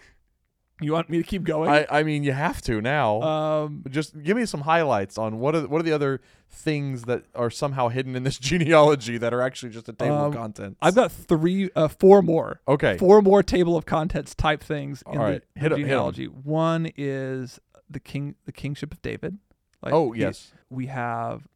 A: you want me to keep going?
B: I, I mean you have to now.
A: um,
B: just give me some highlights on what are what are the other things that are somehow hidden in this genealogy that are actually just a table
A: Um,
B: of contents.
A: I've got three, uh, four more.
B: okay.
A: Four more table of contents type things in
B: All right,
A: the,
B: hit
A: the
B: 'em, hit 'em.
A: genealogy. One is the king, the kingship of David. Like,
B: oh
A: he-
B: yes.
A: we have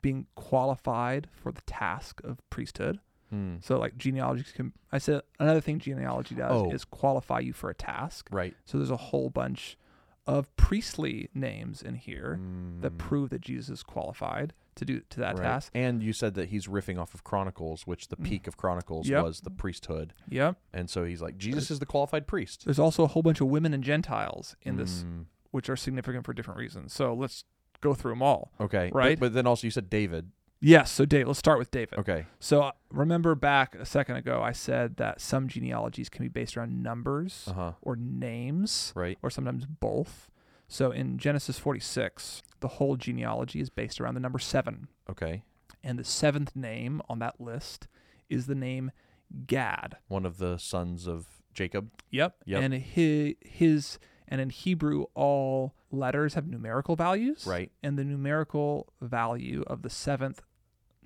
A: being qualified for the task of priesthood.
B: Hmm,
A: So like genealogies can. I said another thing genealogy does
B: Oh.
A: is qualify you for a task.
B: right.
A: So there's a whole bunch of priestly names in here that prove that Jesus is qualified to do to that
B: Hmm. Mm. Right.
A: task. Mm.
B: And you said that he's riffing off of Chronicles, which the peak of Chronicles
A: Yep.
B: was the priesthood,
A: Yep.
B: and so he's like Jesus is the qualified priest.
A: There's also a whole bunch of women and Gentiles in this,
B: Mm,
A: which are significant for different reasons. So let's go through them all.
B: okay. But-
A: Right.
B: But, then also you said David.
A: Yes. So, Dave, let's start with David.
B: Okay.
A: So, uh, remember back a second ago, I said that some genealogies can be based around numbers
B: Uh huh.
A: or names,
B: Right.
A: or sometimes both. So, in Genesis 46, the whole genealogy is based around the number seven.
B: Okay.
A: And the seventh name on that list is the name Gad.
B: One of the sons of Jacob.
A: Yep.
B: Yep.
A: And his, his and in Hebrew, all letters have numerical values.
B: Right.
A: And the numerical value of the seventh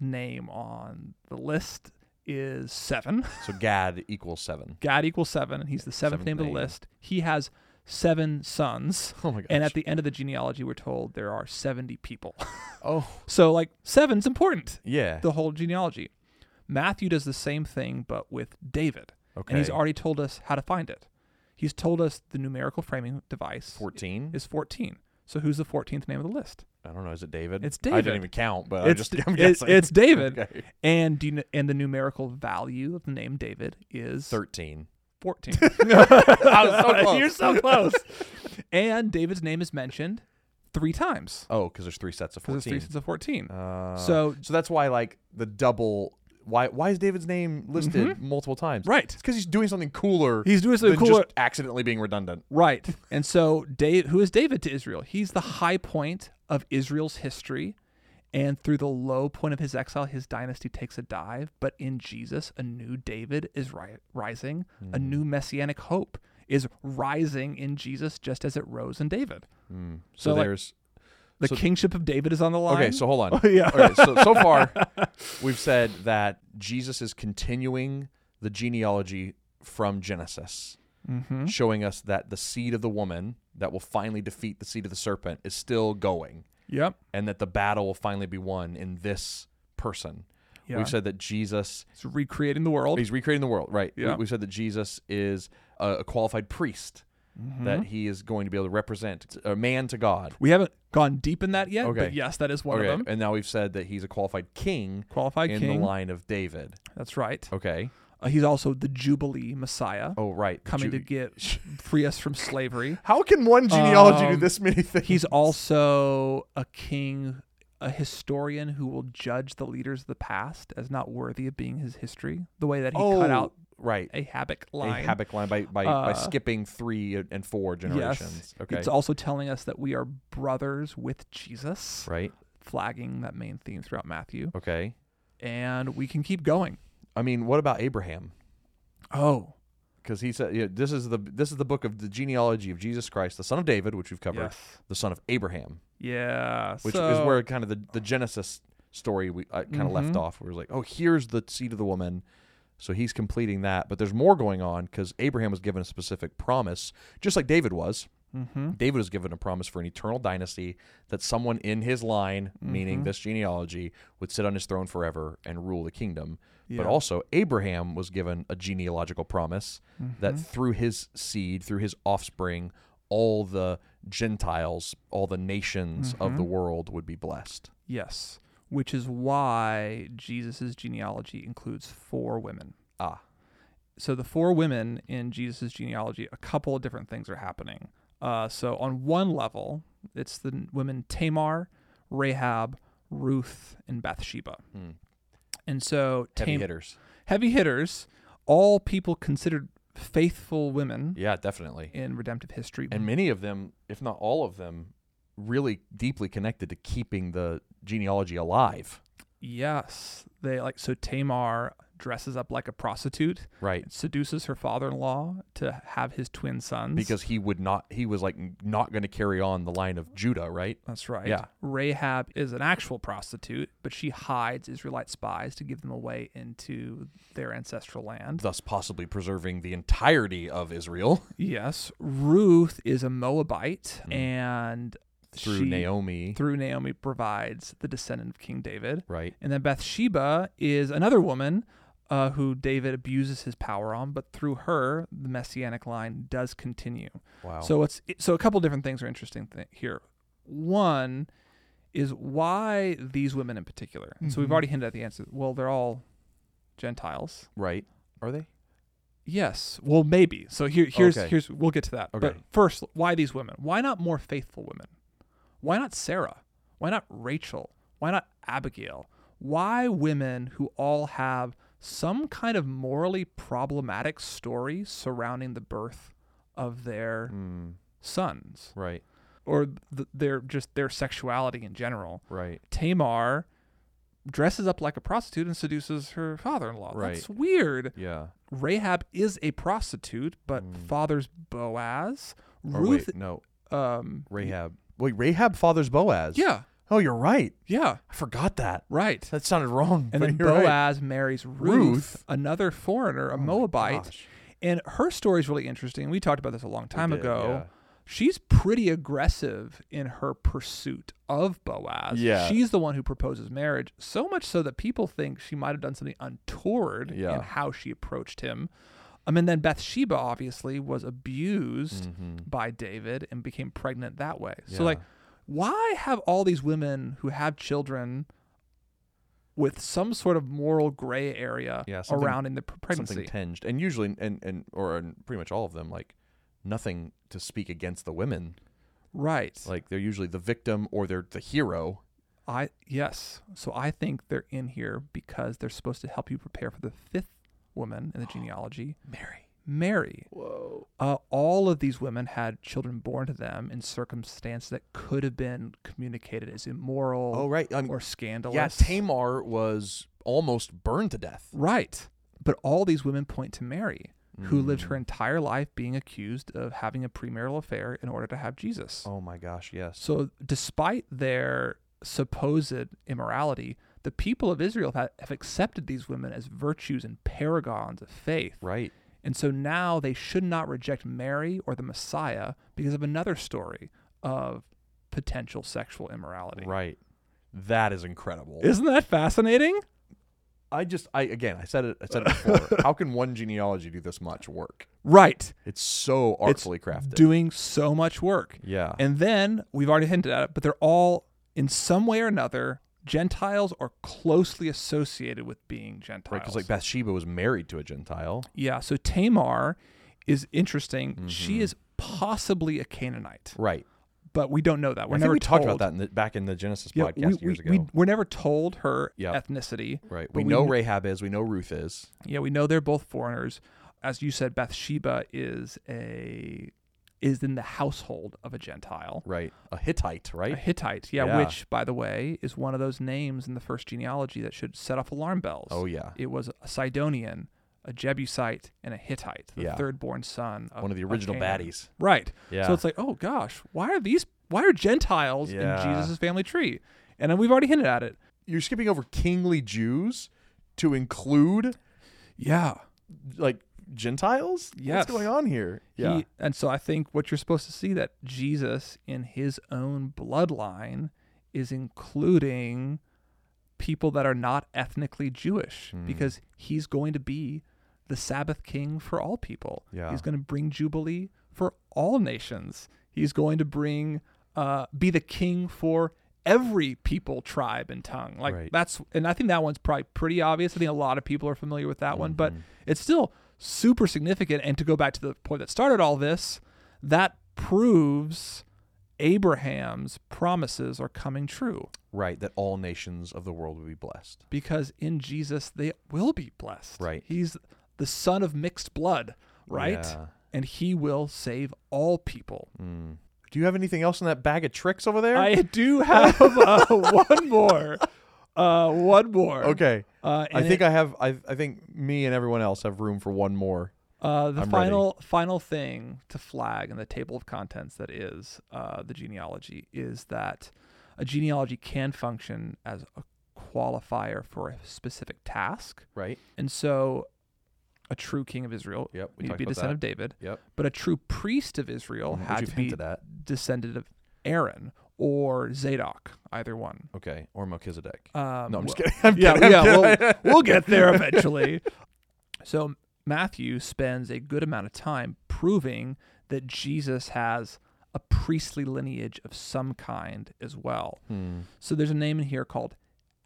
A: name on the list is seven.
B: So Gad equals seven.
A: God equals seven, and he's the seventh,
B: Seventh
A: name of the
B: name.
A: list. He has seven sons.
B: Oh my gosh.
A: And at the end of the genealogy, we're told there are 70 people.
B: oh
A: so, like, seven's important,
B: yeah.
A: the whole genealogy. Matthew does the same thing, but with David. And he's
B: Okay.
A: already told us how to find it. He's told us the numerical framing device
B: Fourteen.
A: is 14. So, who's the 14th name of the list?
B: I don't know. Is it David?
A: It's
B: I
A: David.
B: didn't even count, but
A: it's,
B: I just, Uh, I'm
A: it's,
B: guessing.
A: it's David.
B: Okay.
A: And, do you, kn- and the numerical value of the name David is
B: Thirteen.
A: 14.
B: I was so close.
A: You're so close. and David's name is mentioned three times
B: Oh, because there's three sets of
A: because it's
B: fourteen.
A: three sets of 14.
B: Uh,
A: So-
B: so that's why like the double. Why why is David's name listed multiple times?
A: Mm-hmm. Right.
B: It's because he's doing something cooler.
A: He's doing something
B: than
A: cooler.
B: Just accidentally being redundant.
A: right. And so, Dave, who is David to Israel? He's the high point of Israel's history. And through the low point of his exile, his dynasty takes a dive. But in Jesus, a new David is ri- rising. A
B: Hmm.
A: new messianic hope is rising in Jesus, just as it rose in David.
B: Hmm. So,
A: So, like,
B: there's
A: The
B: So-
A: kingship of David is on the line.
B: okay. So hold on.
A: yeah.
B: All right, so so far, we've said that Jesus is continuing the genealogy from Genesis,
A: Mm-hmm.
B: showing us that the seed of the woman that will finally defeat the seed of the serpent is still going.
A: Yep.
B: and that the battle will finally be won in this person.
A: Yeah.
B: We've said that Jesus,
A: It's recreating the world.
B: he's recreating the world, right?
A: Yeah.
B: We, have said that Jesus is a, a qualified priest,
A: Mm-hmm.
B: that he is going to be able to represent a man to God.
A: We haven't gone deep in that yet,
B: Okay.
A: but yes, that is one
B: okay.
A: of them.
B: And now we've said that he's a qualified king
A: Qualified
B: in
A: king.
B: the line of David.
A: That's right.
B: Okay.
A: Uh, he's also the Jubilee Messiah
B: Oh, right. the
A: coming
B: Jew-
A: to get free us from slavery.
B: How can one genealogy do
A: Um,
B: this many things?
A: He's also a king, a historian who will judge the leaders of the past as not worthy of being his history, the way that he
B: oh,
A: cut out
B: right.
A: a Habakkuk
B: A
A: line.
B: Habakkuk line by, by, by
A: Uh,
B: skipping three and four generations.
A: Yes.
B: Okay.
A: It's also telling us that we are brothers with Jesus,
B: right.
A: flagging that main theme throughout Matthew.
B: Okay.
A: And we can keep going.
B: I mean, what about Abraham?
A: Oh,
B: because he said yeah, this is the this is the book of the genealogy of Jesus Christ, the son of David, which we've covered,
A: yes.
B: the son of Abraham,
A: Yeah.
B: which is
A: so-
B: where kind of the, the Genesis story we uh, kind of left off. Where it was like, oh, here's the seed of the woman, so he's completing that, but there's more going on because Abraham was given a specific promise, just like David was.
A: mm-hmm,
B: David was given a promise for an eternal dynasty that someone in his line, meaning this genealogy, would sit on his throne forever and rule the kingdom. But
A: Yeah.
B: also, Abraham was given a genealogical promise
A: Mm-hmm.
B: that through his seed, through his offspring, all the Gentiles, all the nations
A: Mm-hmm.
B: of the world would be blessed.
A: Yes, which is why Jesus' genealogy includes four women.
B: Ah,
A: So the four women in Jesus' genealogy, a couple of different things are happening. Uh, so on one level, it's the n- women Tamar, Rahab, Ruth, and Bathsheba. And so
B: Hmm. heavy
A: Tam-
B: hitters.
A: heavy hitters, all people considered faithful women
B: Yeah, definitely.
A: in redemptive history.
B: And many of them, if not all of them, really deeply connected to keeping the genealogy alive.
A: yes, they like so Tamar dresses up like a prostitute
B: Right.
A: seduces her father-in-law to have his twin sons
B: because he would not he was like not going to carry on the line of Judah, right?
A: that's right.
B: Yeah.
A: Rahab is an actual prostitute, but she hides Israelite spies to give them away into their ancestral land.
B: Thus possibly preserving the entirety of Israel
A: yes, Ruth is a Moabite, and
B: Hmm. through
A: she-
B: Naomi,
A: Through Naomi provides the descendant of King David,
B: right?
A: and then Bathsheba is another woman. Uh, who David abuses his power on, but through her, the messianic line does continue.
B: Wow.
A: So it's so a couple different things are interesting th- here. One is why these women in particular. And
B: Mm-hmm.
A: so we've already hinted at the answer. Well, they're all Gentiles.
B: right? Are they?
A: Yes. Well, maybe. So here here's
B: Okay.
A: here's we'll get to that. But
B: Okay.
A: first, why these women? Why not more faithful women? Why not Sarah? Why not Rachel? Why not Abigail? why women who all have some kind of morally problematic story surrounding the birth of their
B: Mm,
A: sons
B: right.
A: or th- their just their sexuality in general.
B: Right.
A: Tamar dresses up like a prostitute and seduces her father-in-law.
B: Right.
A: That's weird.
B: Yeah.
A: Rahab is a prostitute, but father's Boaz.
B: Hmm. Or
A: Ruth,
B: wait, no.
A: um,
B: Rahab. Wait, Rahab fathers Boaz.
A: yeah,
B: Oh, you're right.
A: yeah,
B: I forgot that.
A: right.
B: That sounded wrong.
A: And
B: but
A: then
B: you're right.
A: Boaz marries Ruth,
B: Ruth. Oh
A: another foreigner, a Moabite,
B: gosh.
A: and her story is really interesting. We talked about this a long time
B: did,
A: ago.
B: yeah.
A: She's pretty aggressive in her pursuit of Boaz.
B: Yeah.
A: She's the one who proposes marriage, so much so that people think she might have done something untoward
B: Yeah.
A: in how she approached him. Um, and then Bathsheba obviously was abused
B: Mm-hmm.
A: by David and became pregnant that way. So,
B: Yeah.
A: like, why have all these women who have children with some sort of moral gray area
B: Yeah, something-
A: around in the pr- pregnancy?
B: Something tinged, and usually, and and or in pretty much all of them, like nothing to speak against the women.
A: right.
B: Like they're usually the victim or they're the hero.
A: I yes. So I think they're in here because they're supposed to help you prepare for the fifth woman in the genealogy,
B: Mary.
A: Mary.
B: Whoa.
A: Uh, all of these women had children born to them in circumstance that could have been communicated as immoral
B: Oh right. I mean,
A: or scandalous.
B: yeah. Tamar was almost burned to death.
A: Right. But all these women point to Mary, who lived
B: Mm.
A: her entire life being accused of having a premarital affair in order to have Jesus.
B: Oh my gosh. Yes.
A: So, despite their supposed immorality, the people of Israel have, have accepted these women as virtues and paragons of faith.
B: right.
A: And so now they should not reject Mary or the Messiah because of another story of potential sexual immorality.
B: Right. That is incredible.
A: Isn't that fascinating?
B: I just, I again, I said it. I said it before. How can one genealogy do this much work?
A: Right.
B: It's so artfully crafted.
A: Doing so much work.
B: yeah.
A: And then we've already hinted at it, but they're all in some way or another Gentiles or closely associated with being Gentiles.
B: right. Because like Bathsheba was married to a Gentile.
A: Yeah, so Tamar is interesting.
B: Mm-hmm.
A: She is possibly a Canaanite,
B: Right.
A: but we don't know that. We're
B: I think
A: never
B: we
A: told.
B: talked about that in the, back in the Genesis
A: Yeah,
B: podcast
A: we,
B: years
A: we,
B: ago.
A: We, we're never told her
B: Yeah.
A: ethnicity.
B: right.
A: but
B: We know Rahab is. We know Ruth is.
A: Yeah, we know they're both foreigners. As you said, Bathsheba is a is in the household of a Gentile.
B: Right. A Hittite. Right.
A: A Hittite, yeah,
B: Yeah.
A: which, by the way, is one of those names in the first genealogy that should set off alarm bells.
B: Oh, yeah.
A: It was a Sidonian, a Jebusite, and a Hittite, the
B: Yeah.
A: third born son of
B: One of the original
A: Canaan.
B: baddies.
A: Right.
B: Yeah.
A: So it's like, oh gosh, why are these why are Gentiles
B: Yeah.
A: in Jesus' family tree? And then we've already hinted at it.
B: You're skipping over kingly Jews to include
A: Yeah.
B: like Gentiles.
A: Yes.
B: What's going on here? Yeah.
A: He- and so I think what you're supposed to see that Jesus in his own bloodline is including people that are not ethnically Jewish
B: Hmm.
A: because he's going to be the Sabbath king for all people.
B: Yeah.
A: He's going to bring jubilee for all nations. He's going to bring uh, be the king for every people, tribe, and tongue. Like
B: Right.
A: that's and I think that one's probably pretty obvious. I think a lot of people are familiar with that one, but
B: Mm-hmm.
A: it's still super significant. And to go back to the point that started all this, that proves Abraham's promises are coming true
B: right. That all nations of the world will be blessed.
A: because in Jesus they will be blessed.
B: Right.
A: He's the son of mixed blood, right?
B: Yeah.
A: And he will save all people.
B: Do you have anything else in that bag of tricks over there?
A: I do have uh, one more. Uh, one more.
B: okay.
A: Uh,
B: I
A: and
B: think
A: it-
B: I have. I, I think me and everyone else have room for one more.
A: uh, the
B: I'm ready.
A: final final thing to flag in the table of contents that is uh, the genealogy is that a genealogy can function as a qualifier for a specific task,
B: Right.
A: and so a true king of Israel
B: Yep, we
A: need to
B: talked
A: be a
B: about
A: descendant
B: that.
A: of David,
B: Yep.
A: but a true priest of Israel
B: Mm, which
A: had
B: you've
A: to be
B: hinted at.
A: descendant of Aaron or Zadok, either one.
B: Okay. Or Melchizedek.
A: Um,
B: no, I'm
A: wh-
B: just kidding. I'm
A: yeah,
B: kidding. I'm
A: yeah,
B: kidding.
A: We'll, we'll get there eventually. so Matthew spends a good amount of time proving that Jesus has a priestly lineage of some kind as well.
B: Hmm.
A: So there's a name in here called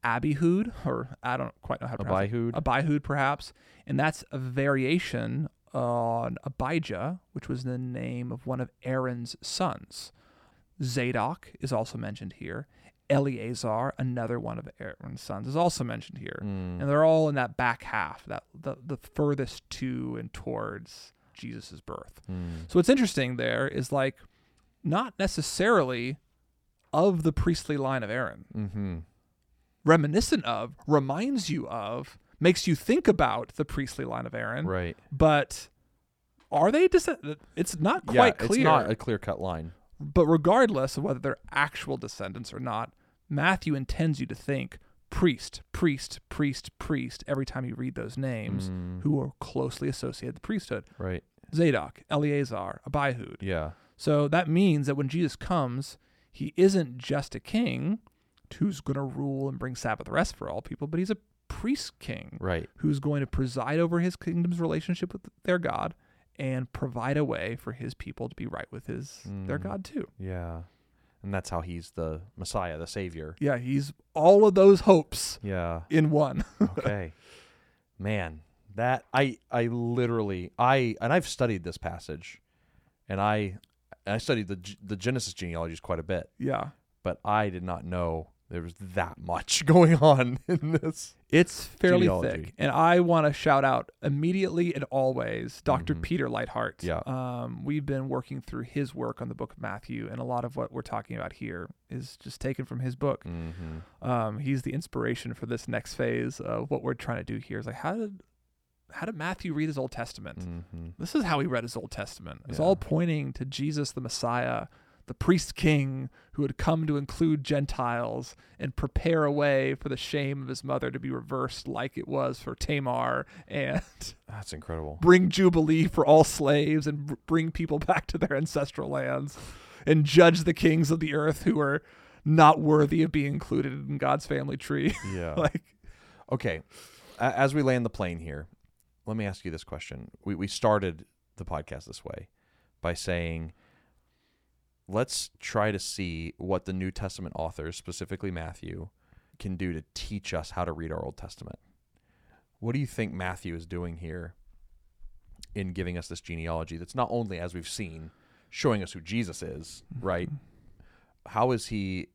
A: Abihud, or I don't quite know how to pronounce
B: Abihud?
A: it. Abihud, perhaps, and that's a variation on Abijah, which was the name of one of Aaron's sons. Zadok is also mentioned here, Eleazar, another one of Aaron's sons, is also mentioned here.
B: Mm.
A: And they're all in that back half, that the, the furthest to and towards Jesus' birth.
B: Mm.
A: So what's interesting there is like not necessarily of the priestly line of Aaron,
B: Mm-hmm.
A: reminiscent of, reminds you of, makes you think about the priestly line of Aaron,
B: Right.
A: but are they descend? It's not quite
B: yeah,
A: clear.
B: it's not a clear cut line.
A: But regardless of whether they're actual descendants or not, Matthew intends you to think priest, priest, priest, priest every time you read those names
B: Mm.
A: who are closely associated with the priesthood
B: Right.
A: Zadok, Eleazar, Abihud.
B: Yeah.
A: So that means that when Jesus comes, he isn't just a king who's going to rule and bring Sabbath rest for all people, but he's a priest king
B: Right.
A: who's going to preside over his kingdom's relationship with their God and provide a way for his people to be right with his their
B: Mm.
A: God too.
B: Yeah. And that's how he's the Messiah, the Savior.
A: Yeah, he's all of those hopes
B: Yeah.
A: in one.
B: okay man that i i literally i and i've studied this passage and i and i studied the G- the genesis genealogies quite a bit
A: yeah.
B: but i did not know there was that much going on in this
A: It's fairly
B: Genealogy.
A: thick. And I want to shout out immediately and always doctor
B: Mhm.
A: Peter Lighthart.
B: Yeah.
A: Um, we've been working through his work on the book of Matthew, and a lot of what we're talking about here is just taken from his book.
B: mm-hmm.
A: Um, he's the inspiration for this next phase of what we're trying to do here. Is like, how did how did Matthew read his Old Testament?
B: Mm-hmm.
A: This is how he read his Old Testament. It's
B: Yeah.
A: all pointing to Jesus the Messiah, the priest king who had come to include Gentiles and prepare a way for the shame of his mother to be reversed like it was for Tamar and
B: that's incredible
A: bring jubilee for all slaves and br- bring people back to their ancestral lands and judge the kings of the earth who are not worthy of being included in God's family tree.
B: yeah
A: like
B: okay A- as we land the plane here let me ask you this question we, we started the podcast this way by saying let's try to see what the new testament authors specifically matthew can do to teach us how to read our old testament what do you think matthew is doing here in giving us this genealogy that's not only as we've seen showing us who jesus is right how is he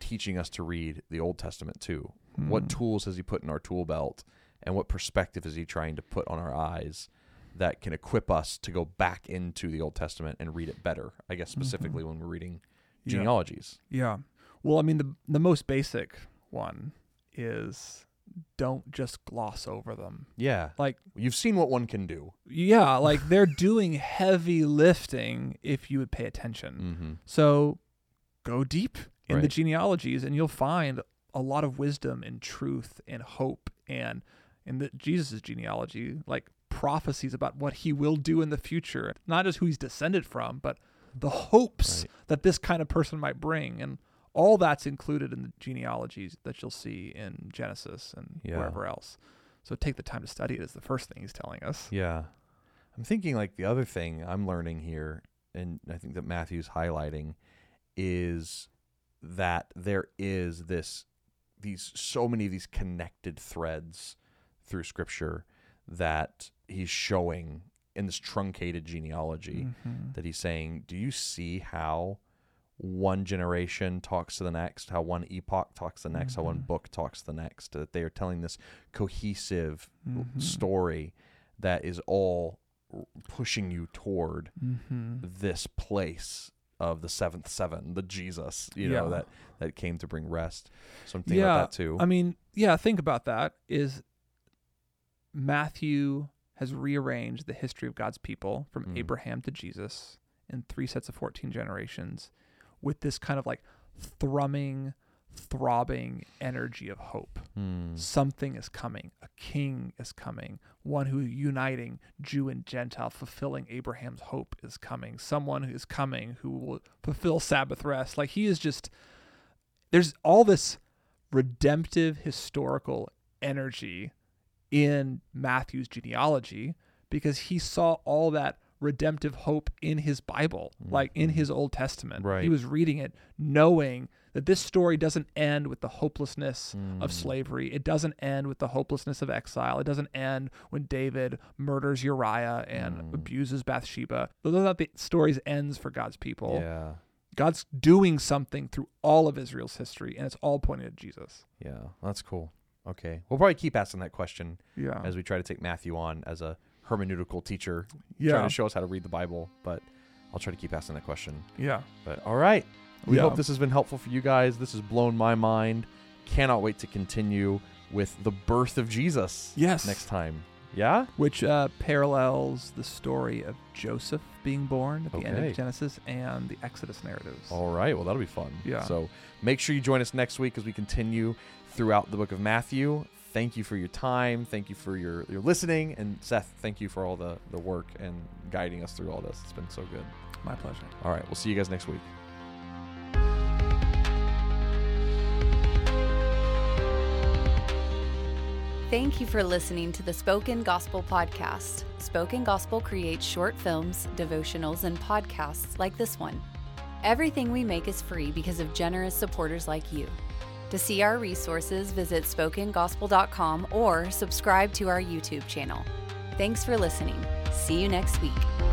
B: teaching us to read the old testament too what tools has he put in our tool belt and what perspective is he trying to put on our eyes that can equip us to go back into the old testament and read it better i guess specifically when we're reading
A: Yeah.
B: genealogies
A: Yeah. Well, I mean, the the most basic one is don't just gloss over them.
B: yeah
A: Like,
B: you've seen what one can do
A: yeah, like they're doing heavy lifting if you would pay attention.
B: mm-hmm.
A: So go deep in the
B: Right.
A: genealogies and you'll find a lot of wisdom and truth and hope and in the Jesus' genealogy, like prophecies about what he will do in the future, not just who he's descended from, but the hopes
B: Right.
A: that this kind of person might bring. And all that's included in the genealogies that you'll see in Genesis and
B: Yeah.
A: wherever else. So take the time to study it is the first thing he's telling us.
B: yeah i'm thinking like the other thing i'm learning here and i think that matthew's highlighting is that there is this these so many of these connected threads through scripture that he's showing in this truncated genealogy
A: Mhm.
B: that he's saying do you see how one generation talks to the next how one epoch talks to the next how one
A: Mhm.
B: book talks to the next that they are telling this cohesive l-
A: Mhm.
B: story that is all r- pushing you toward
A: Mhm.
B: this place of the seventh seven, the Jesus, you know,
A: Yeah.
B: that that came to bring rest. So I'm thinking
A: Yeah,
B: about that too.
A: I mean, yeah, think about that. Is Matthew has rearranged the history of God's people from
B: Mm.
A: Abraham to Jesus in three sets of 14 generations with this kind of like thrumming, throbbing energy of hope.
B: Hmm.
A: Something is coming. A king is coming. One who uniting Jew and Gentile, fulfilling Abraham's hope is coming. Someone who is coming who will fulfill Sabbath rest. Like he is just there's all this redemptive historical energy in Matthew's genealogy because he saw all that redemptive hope in his Bible, like in
B: Mhm.
A: his Old Testament. He
B: Right.
A: was reading it knowing that this story doesn't end with the hopelessness of
B: Mm.
A: slavery. It doesn't end with the hopelessness of exile. It doesn't end when David murders Uriah and
B: Mm.
A: abuses Bathsheba. Those are not the story's ends for God's people.
B: Yeah.
A: God's doing something through all of Israel's history, and it's all pointed at Jesus.
B: Yeah, that's cool. Okay, we'll probably keep asking that question
A: Yeah.
B: as we try to take Matthew on as a hermeneutical teacher, trying
A: yeah.
B: to show us how to read the Bible. But I'll try to keep asking that question.
A: yeah.
B: But all right, we
A: Yeah.
B: hope this has been helpful for you guys. This has blown my mind. Cannot wait to continue with the birth of Jesus.
A: Yes.
B: next time. Yeah.
A: Which uh, parallels the story of Joseph being born at the end
B: Okay.
A: of Genesis and the Exodus narratives.
B: All right. Well, that'll be fun.
A: Yeah.
B: So make sure you join us next week as we continue throughout the book of Matthew. Thank you for your time. Thank you for your, your listening. And Seth, thank you for all the, the work and guiding us through all this. It's been so good.
A: My pleasure.
B: All right. We'll see you guys next week.
C: Thank you for listening to the Spoken Gospel Podcast. Spoken Gospel creates short films, devotionals, and podcasts like this one. Everything we make is free because of generous supporters like you. To see our resources, visit spokengospel.com or subscribe to our YouTube channel. Thanks for listening. See you next week.